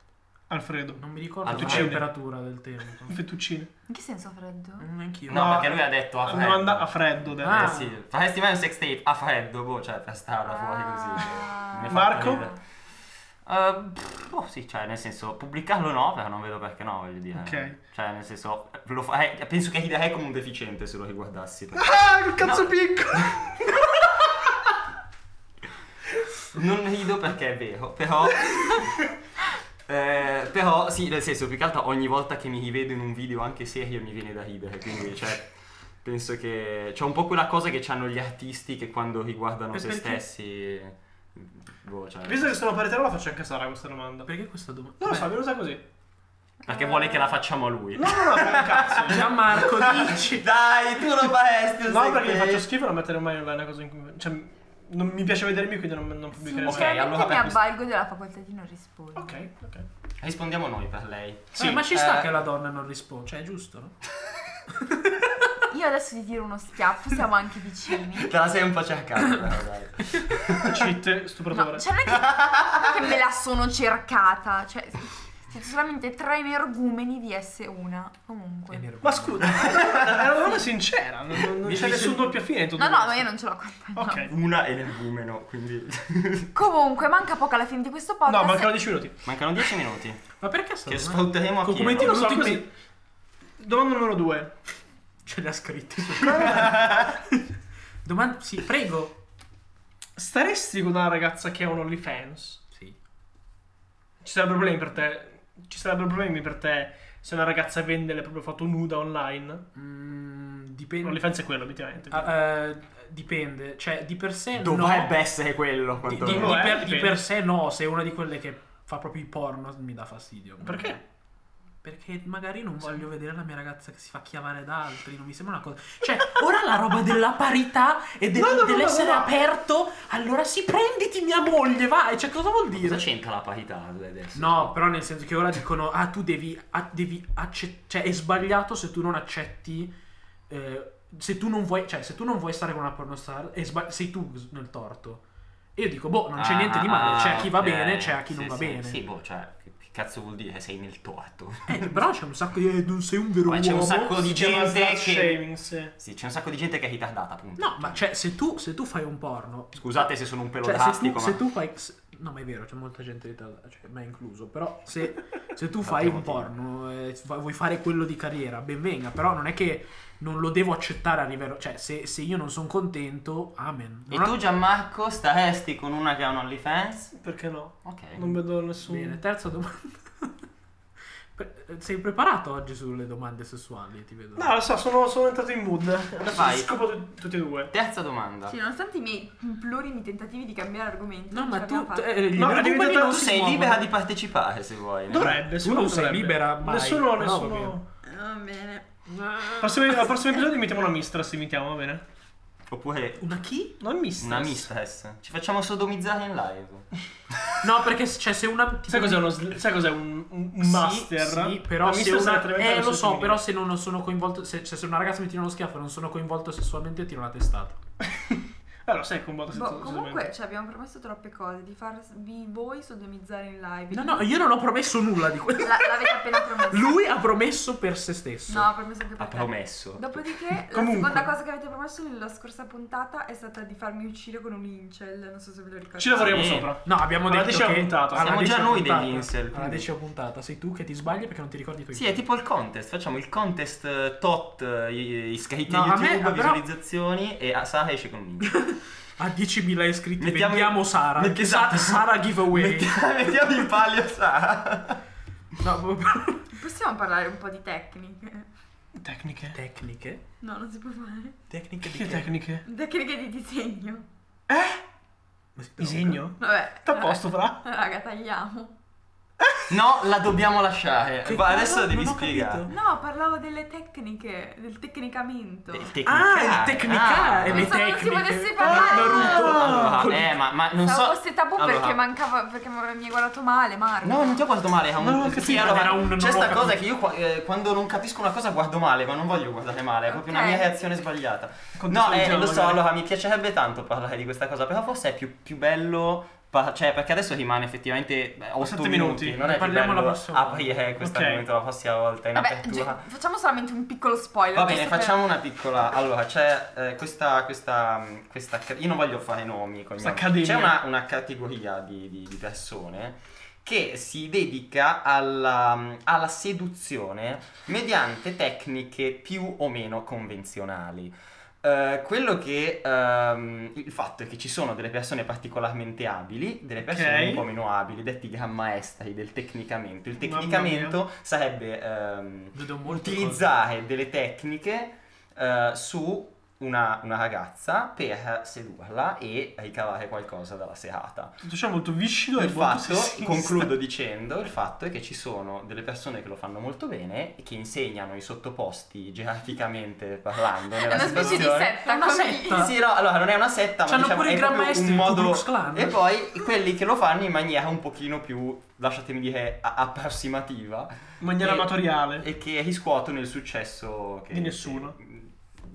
B: Alfredo.
D: Non mi ricordo
A: Ah,
D: la
A: tu c'eri.
D: temperatura del tempo.
B: Fettuccine.
C: In che senso freddo?
D: Neanch'io.
A: No,
B: No,
A: perché lui ha detto a freddo.
B: No, and- a freddo. dai.
A: Eh
D: Ah.
A: sì, faresti mai un sex tape a freddo, boh, cioè per strada fuori così.
C: Ah.
A: mi fa
B: Marco?
A: ridere. Eh, pff, boh, sì, cioè, nel senso, pubblicarlo no, però non vedo perché no, voglio dire.
B: Ok.
A: Cioè, nel senso, lo farei- penso che riderei come un deficiente se lo riguardassi. perché-
B: Ah, il cazzo
A: No.
B: piccolo!
A: Non rido perché è vero, però. Eh, però sì, nel senso, più che altro ogni volta che mi rivedo in un video anche serio mi viene da ridere, quindi cioè, penso che c'è un po' quella cosa che hanno gli artisti che quando riguardano
B: Per-
A: se
B: perché?
A: stessi boh, cioè,
B: Visto che sono per te, la faccio anche a Sara questa domanda.
D: Perché questa domanda?
B: Non lo so, mi è venuta così.
A: perché vuole che la facciamo a lui.
B: No, no, no, per il
D: Beh,
B: cazzo.
D: Gianmarco dici.
A: Dai, tu lo faresti, lo
B: No,
A: sai
B: perché
A: che-
B: mi faccio schifo non mettere mai online una cosa in cui... Cioè, non mi piace vedermi, quindi non, non pubblicherei
A: Ok,
B: mai.
C: Sinceramente
A: allora
C: mi
A: per questo-
C: avvalgo della facoltà di non rispondere.
B: Ok, ok.
A: Rispondiamo noi per lei.
D: Eh, ma ci sta
A: eh.
D: che la donna non risponde. Cioè, è giusto, no?
C: Io adesso ti tiro uno schiaffo, siamo anche vicini.
A: Te la sei un po' cercata, però, dai.
B: Cheat,
C: No,
B: stupratore.
C: cioè non è che, che me la sono cercata. Cioè, siete solamente tre energumeni di S1. Comunque.
B: Ma scusa, era una domanda sincera, non, non- non c'è
D: Dici-
B: nessun doppia fine. in tutto
C: No, no,
B: questo.
C: ma io non ce l'ho accompagnato.
B: Ok.
A: Una è l'ergumeno, quindi...
C: Comunque, manca poco alla fine di questo podcast.
B: No, mancano 10 minuti.
A: Mancano 10 minuti.
D: Ma perché sta
A: Che
D: domanda?
A: sfrutteremo a
D: Con
A: pieno.
D: commenti
B: Non lo so,
D: venuti
B: così.
D: così.
B: Domanda numero 2.
D: Ce li ha scritti. Domanda... Sì, prego.
B: Staresti con una ragazza che ha un OnlyFans?
D: Sì.
B: Ci sarebbero problemi per te? Ci sarebbero problemi per te se una ragazza vende le proprie foto nuda online?
D: Mm, dipende.
B: L'OnlyFans è quello, obiettivamente.
D: Ah, eh, dipende. Cioè, di per sé
A: Dovrebbe
D: no.
A: essere quello,
D: Di, di-
A: quantomeno.
D: di
B: eh,
D: per, di
B: dipende.
D: per sé no, se è una di quelle che fa proprio i porno mi dà fastidio.
B: Perché?
D: Perché magari non voglio vedere la mia ragazza che si fa chiamare da altri, non mi sembra una cosa. Cioè, ora la roba della parità e del-
B: No, no, no,
D: dell'essere
B: no, no.
D: aperto, allora si prenditi mia moglie, vai, cioè cosa vuol
A: Cosa
D: dire?
A: c'entra la parità adesso?
D: No, però nel senso che ora dicono, ah, tu devi, ah, devi accettare, cioè è sbagliato se tu non accetti, eh, se tu non vuoi, cioè se tu non vuoi stare con una pornostar, è sba- sei tu nel torto. E io dico, boh, non c'è
A: Ah,
D: niente di male, c'è a chi va
A: ok.
D: bene, c'è a chi
A: Sì,
D: non va
A: sì,
D: bene.
A: Sì, boh, cioè, che che cazzo vuol dire? Sei nel torto.
D: Eh, però c'è un sacco di, eh, non sei un vero
A: Poi c'è
D: uomo.
A: un sacco di
B: Si chiama
A: gente
B: slut
A: che...
B: shaming, sì.
A: Sì, c'è un sacco di gente che è ritardata, appunto.
D: No, ma cioè, se tu, se tu fai un porno,
A: Scusate se sono un pelo
D: cioè, se tu,
A: drastico,
D: se
A: ma...
D: tu fai. se- no, ma è vero, c'è molta gente di Italia, cioè, me incluso. Però se, se tu
A: Per
D: fai un
A: altri motivi.
D: porno e fa- vuoi fare quello di carriera, ben venga. Però non è che non lo devo accettare a livello. Cioè, se, se io non sono contento, amen.
A: E
D: Non
A: tu, Gianmarco, staresti con una che ha un OnlyFans?
B: Perché no?
A: Ok.
B: Non vedo
D: ho-
B: nessun...
D: Bene, terza domanda. Pre- Sei preparato oggi sulle domande sessuali? Ti vedo.
B: No, lo so, sono, sono entrato in mood. Adesso
A: Vai.
B: scopo tu- tutti e due.
A: Terza domanda.
C: Sì, Cioè, nonostante i miei plurimi tentativi di cambiare argomento,
D: No,
C: non
D: ma
C: ce
D: tu.
C: l'abbiamo fatta.
D: eh, gli
B: No,
D: Vergogni
B: è diventato-
D: non
A: Tu
D: si
A: sei
D: muovono.
A: libera di partecipare, se vuoi. no?
B: Dovrebbe,
D: Tu
B: secondo
D: non
B: me
D: sei
B: dovrebbe.
D: libera mai.
A: Ah,
B: Nessuno,
D: No,
B: nessuno...
C: Va bene.
B: Prossimo, al prossimo episodio mettiamo una mistress, imitiamo, va bene?
A: Oppure
D: Una chi?
B: Una mistress.
A: una mistress. Ci facciamo sodomizzare in live.
D: No, perché cioè, se una. tipo-
B: Sai cos'è, uno, sl- sai cos'è un, un- un
D: Sì,
B: master?
D: Sì, però
B: La
D: se
B: mistress è
D: una...
B: letteralmente
D: Eh,
B: la
D: lo so,
B: sottile.
D: però se non sono coinvolto... Se, cioè, se una ragazza mi tira uno schiaffo e non sono coinvolto sessualmente, io tiro una testata.
B: Allora, sai con botta
C: Boh, comunque ci abbiamo promesso troppe cose, di farvi voi sodomizzare in live.
D: No, no, io non ho promesso nulla di questo.
C: La- l'avete appena promesso.
D: Lui ha promesso per se stesso.
C: No, ha promesso anche per
A: Ha
C: te.
A: promesso.
C: Dopodiché, la
B: Comunque.
C: seconda cosa che avete promesso nella scorsa puntata è stata di farmi uccidere con un incel. Non so se ve lo ricordate.
B: Ci lavoriamo
A: Sì.
B: sopra.
D: No, abbiamo
B: Alla
D: detto
B: decima
D: che...
B: puntata.
D: alla
A: Siamo già
D: decima
A: noi degli
D: puntata.
A: incel,
D: Alla
A: quindi.
D: decima puntata. Sei tu che ti sbagli perché non ti ricordi i tuoi
A: Sì, è tipo il contest. Facciamo il contest eh, tot eh, i- iscritti a
D: No, a me-
A: YouTube,
D: ah, però-
A: visualizzazioni e a Sara esce con un link.
D: A 10.000 iscritti
A: Mettiamo-
D: vendiamo Sara.
A: Metti-
D: Sa-
A: esatto.
D: Sara giveaway.
A: Mettiamo, mettiamo in palio Sara.
D: No,
C: Possiamo parlare un po' di tecniche?
B: Tecniche.
D: tecniche?
C: No, non si può fare.
D: Tecniche di
B: Che tecniche?
C: Tecniche di disegno.
D: Ma si droga?
B: Disegno?
C: Vabbè.
B: T'ha posto, fra?
C: Raga, tagliamo.
A: No, la dobbiamo lasciare.
D: Che
A: Va,
D: cosa?
A: adesso la devi
D: Non ho
A: spiegare.
D: capito.
C: No, parlavo delle tecniche, del tecnicamento.
A: Il
D: Ah, il
A: tecnicare.
D: tecnicare.
A: Ah.
D: le
C: Pensavo non si
D: tecniche.
C: potesse
D: Ah,
C: parlare.
D: Naruto.
A: Allora,
D: Con-
A: eh, ma, ma non so.
C: Pensavo fosse tabù
A: Allora.
C: perché mancava perché mi hai guardato male, Marco.
A: No, non ti ho guardato male. era un-
B: No, no, che
A: sì,
B: sì,
A: allora,
D: era un- non
A: c'è sta
D: l'ho
A: cosa
D: capito.
A: che io qua- eh, quando non capisco una cosa guardo male, ma non voglio guardare male, è proprio
C: Ok.
A: una mia reazione sbagliata. No, eh,
B: Contestualizziamo
A: lo so,
B: magari.
A: allora mi piacerebbe tanto parlare di questa cosa, però forse è più, più bello. pa- cioè, perché adesso rimane effettivamente
B: Sette
A: 8
B: minuti,
A: minuti, non è
D: ne
A: più
D: parliamo la
A: bello
D: prossima volta.
A: aprire questo
B: Ok.
A: argomento la prossima volta in
C: Vabbè,
A: apertura.
C: gi- facciamo solamente un piccolo spoiler.
A: Va bene,
C: giusto per-
A: facciamo una piccola. Allora, c'è eh, questa, questa, mh, questa ca- Io non voglio fare nomi. cognomi.
B: Questa accademia.
A: C'è una, una categoria di, di- di persone che si dedica alla, mh, alla seduzione mediante tecniche più o meno convenzionali. Eh, quello che ehm, il fatto è che ci sono delle persone particolarmente abili, delle persone
B: Ok.
A: un po' meno abili, detti gran maestri del tecnicamento. Il
B: Mamma mia.
A: tecnicamento sarebbe ehm,
D: Vedo molte
A: utilizzare delle tecniche eh, su una, una ragazza per sedurla e ricavare qualcosa dalla serata.
B: Tutto ciò è molto viscido
A: Il
B: e molto
A: fatto,
B: sessista.
A: concludo dicendo, il fatto è che ci sono delle persone che lo fanno molto bene e che insegnano i sottoposti gerarchicamente parlando
C: È
A: nella
C: una specie di
A: situazione.
C: setta,
D: Una
C: come-
D: setta.
A: Sì, no, allora non è una setta, ma
D: C'hanno
A: diciamo,
D: pure i
A: è
D: gran
A: proprio
D: maestri
A: un
D: del Ku
A: modo
D: Klux Klan.
A: e poi quelli che lo fanno in maniera un pochino più, lasciatemi dire, a- approssimativa
B: In maniera
A: e-
B: amatoriale.
A: e che riscuotono il successo che,
B: Di nessuno.
A: che-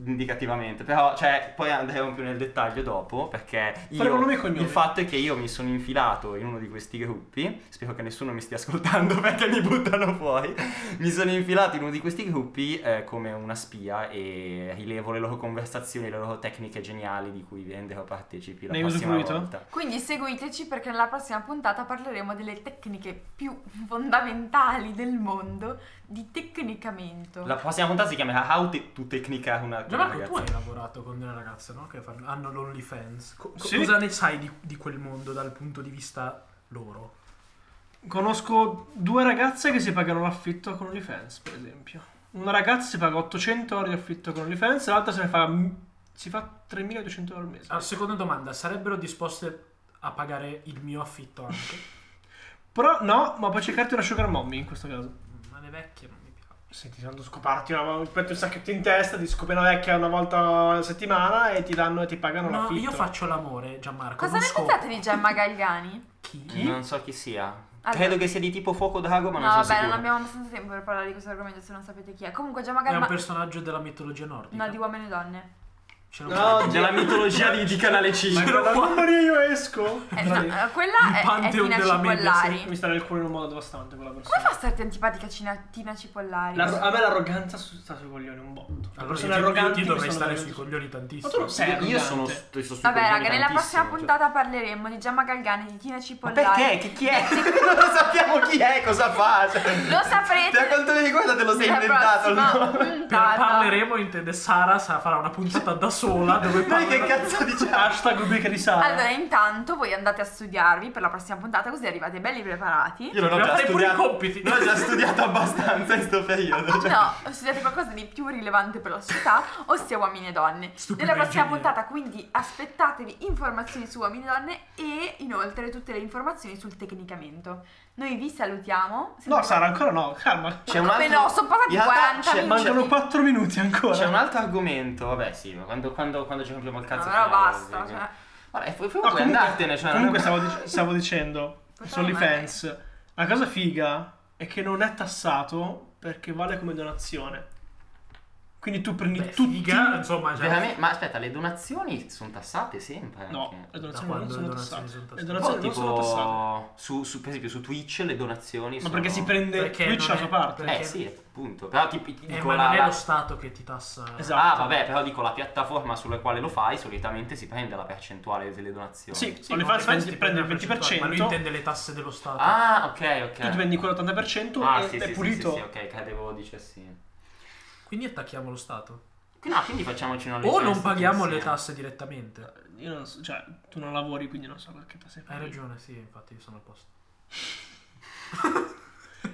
A: indicativamente, però cioè, poi andremo più nel dettaglio dopo perché
B: Faremo
A: io,
B: nomi e cognomi.
A: il fatto è che io mi sono infilato in uno di questi gruppi, spero che nessuno mi stia ascoltando perché mi buttano fuori, mi sono infilato in uno di questi gruppi eh, come una spia e rilevo le loro conversazioni, le loro tecniche geniali di cui vi renderò partecipi la
B: Ne hai
A: prossima
B: usufruito?
A: volta.
C: Quindi seguiteci perché nella prossima puntata parleremo delle tecniche più fondamentali del mondo di tecnicamento.
A: La prossima puntata si chiamerà How Te- to Tecnica una
D: Gianmarco,
A: ragazza.
D: tu hai lavorato con delle ragazze, no? Che fanno- hanno l'OnlyFans. Co- co-
B: Sì.
D: Cosa ne sai di, di quel mondo dal punto di vista loro?
B: Conosco due ragazze che si pagano l'affitto con OnlyFans, per esempio. Una ragazza si paga 800 euro di affitto con OnlyFans, e l'altra se ne fa. si fa 3200 euro al mese.
D: La seconda domanda, sarebbero disposte a pagare il mio affitto anche?
B: Però no, ma puoi cercarti una sugar mommy in questo caso.
D: Ma le vecchie non mi piacciono.
B: Se ti tanto scoparti una, metti un sacchetto in testa, ti scopi una vecchia una volta a settimana e ti danno e ti pagano
D: No,
B: l'affitto.
D: io faccio l'amore, Gianmarco.
C: Cosa
D: non
C: ne
D: scopo.
C: pensate di Gemma Galgani?
D: Chi?
A: Non so chi sia.
C: Allora.
A: Credo che sia di tipo fuoco drago, ma
C: no,
A: non sono
C: vabbè,
A: sicuro.
C: non abbiamo abbastanza tempo per parlare di questo argomento se non sapete chi è. Comunque Gemma
D: È un
C: Galgani...
D: personaggio della mitologia nordica.
C: No, di uomini e donne.
D: C'era un-
B: No,
A: Nella mitologia di, di Canale Eh, 5.
B: Ma mamma mia, io esco!
C: Eh, no, eh, quella
D: Il
C: è, è
D: Pantheon
C: Tina
D: della media,
C: Cipollari.
B: Mi sta nel cuore in un modo devastante quella
C: Come fa a
B: persona.
C: starti antipatica Cina- Tina Cipollari?
B: La- a me l'arroganza su- sta sui coglioni un botto. Sono
D: Allora io ti- io
B: arroganti,
D: ti dovrei
B: sono
D: stare sui
B: arroganti.
D: coglioni
B: Ma tu
D: tantissimo.
B: non sei
A: Io
B: arrogante.
A: sono sto, sto sui
C: Vabbè,
A: coglioni
C: raga, nella
A: tantissimo,
C: prossima
A: cioè.
C: puntata parleremo di Gemma Galgani e di Tina
A: Ma
C: Cipollari.
A: perché? Che chi è? non sappiamo chi è, cosa fa. cioè.
C: Lo saprete.
A: Da quanto mi riguarda te lo sei
C: nella
A: inventato. il
C: prossima
A: nome.
C: puntata.
D: Per parleremo intende Sara sa- farà una puntata da sola dove
A: Noi che
D: parla
A: cazzo diciamo?
B: Hashtag rubrica di Sara.
C: Allora, intanto voi andate a studiarvi per la prossima puntata, così arrivate belli preparati.
A: Io non ho
D: Dobbiamo
A: già
D: fare pure i
A: studiato.
D: compiti.
A: Non ho già studiato abbastanza in sto periodo. cioè.
C: No, studiate qualcosa di più rilevante per la società, ossia uomini e donne.
D: Stupido
C: Nella prossima
D: ingegnere.
C: puntata, quindi, aspettatevi informazioni su uomini e donne e inoltre tutte le informazioni sul tecnicamento. Noi vi salutiamo.
B: No, Sara, ancora no, calma.
A: C'è
C: Come no, sono passati
A: in realtà cioè,
C: 40
A: c'è-
C: minuti.
B: Mancano 4 minuti ancora.
A: C'è un altro argomento, vabbè sì, ma quando, quando, quando ci rompiamo il
C: No,
A: cazzo...
C: però
A: finiamo,
C: basta.
A: sì.
C: Cioè,
A: Vabbè, fu- fu-
B: No,
A: puoi andartene, cioè... non-
B: comunque stavo, dic- stavo dicendo,
C: Potremmo
B: su OnlyFans, la cosa figa è che non è tassato perché vale come donazione. Quindi tu prendi
D: Beh,
B: tutti...
D: figa, insomma, cioè,
B: Cioè,
D: già.
A: Veramente- ma aspetta, le donazioni sono tassate sempre?
B: No,
A: anche?
B: le
D: Da
B: donazioni non
D: quando le
B: sono
D: donazioni
B: tassate.
D: sono
B: Le
D: tassate?
A: Un
B: donazioni
A: po'
B: non sono tassate.
A: tipo su, su- per esempio su Twitch le donazioni
B: Ma
A: sono...
B: perché si prende
D: Perché
B: Twitch
D: non
B: la
D: è-
B: sua parte.
D: perché-
A: Eh sì, appunto. Però ti, ti
D: Eh,
A: dico
D: ma
A: la...
D: non è
A: la-
D: lo Stato che ti tassa.
A: Ah,
B: Esatto.
A: vabbè, però dico la piattaforma sulla quale lo fai solitamente si prende la percentuale delle donazioni.
B: Sì,
D: Sì,
B: OnlyFans
D: no,
B: ti prende il
D: una percentuale, Ma lui
B: 20%,
D: intende le tasse dello Stato.
A: Ah, ok, ok.
B: tu ti prendi quell'80%
A: Ah,
B: e
A: sì,
B: è
A: sì,
B: pulito.
A: Sì, sì, sì, ok, credevo dicessi.
D: Quindi attacchiamo lo Stato.
A: No, quindi faccimoci una
D: O
A: lezione
D: non
A: tutti
D: paghiamo le
A: insieme.
D: tasse direttamente.
B: Io non so, cioè, tu non lavori quindi non so perché tasse
D: Hai
B: prendi.
D: ragione, sì, infatti sono a posto.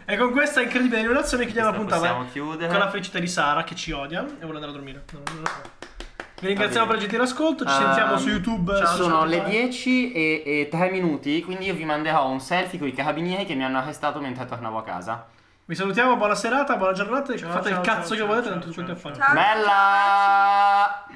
B: E con questa incredibile rivelazione chiudiamo la
A: Questa
B: puntata.
A: Possiamo chiudere.
B: Con la felicità di Sara che ci odia e vuole andare a dormire. No, non lo so. Vi ringraziamo per il gentile ascolto. Ci sentiamo
A: Ehm,
B: su YouTube. eh,
A: Ci
B: su
A: sono
B: Spotify.
A: le 10 e, 3 minuti, quindi io vi manderò un selfie con i carabinieri che mi hanno arrestato mentre tornavo a casa.
B: Vi salutiamo. Buona serata, buona giornata.
D: Ciao,
B: fate
D: ciao,
B: il cazzo che
D: ciao,
B: volete.
D: ciao,
B: Tanto tutto
D: ciao,
B: è fatto.
C: ciao,
A: Bella!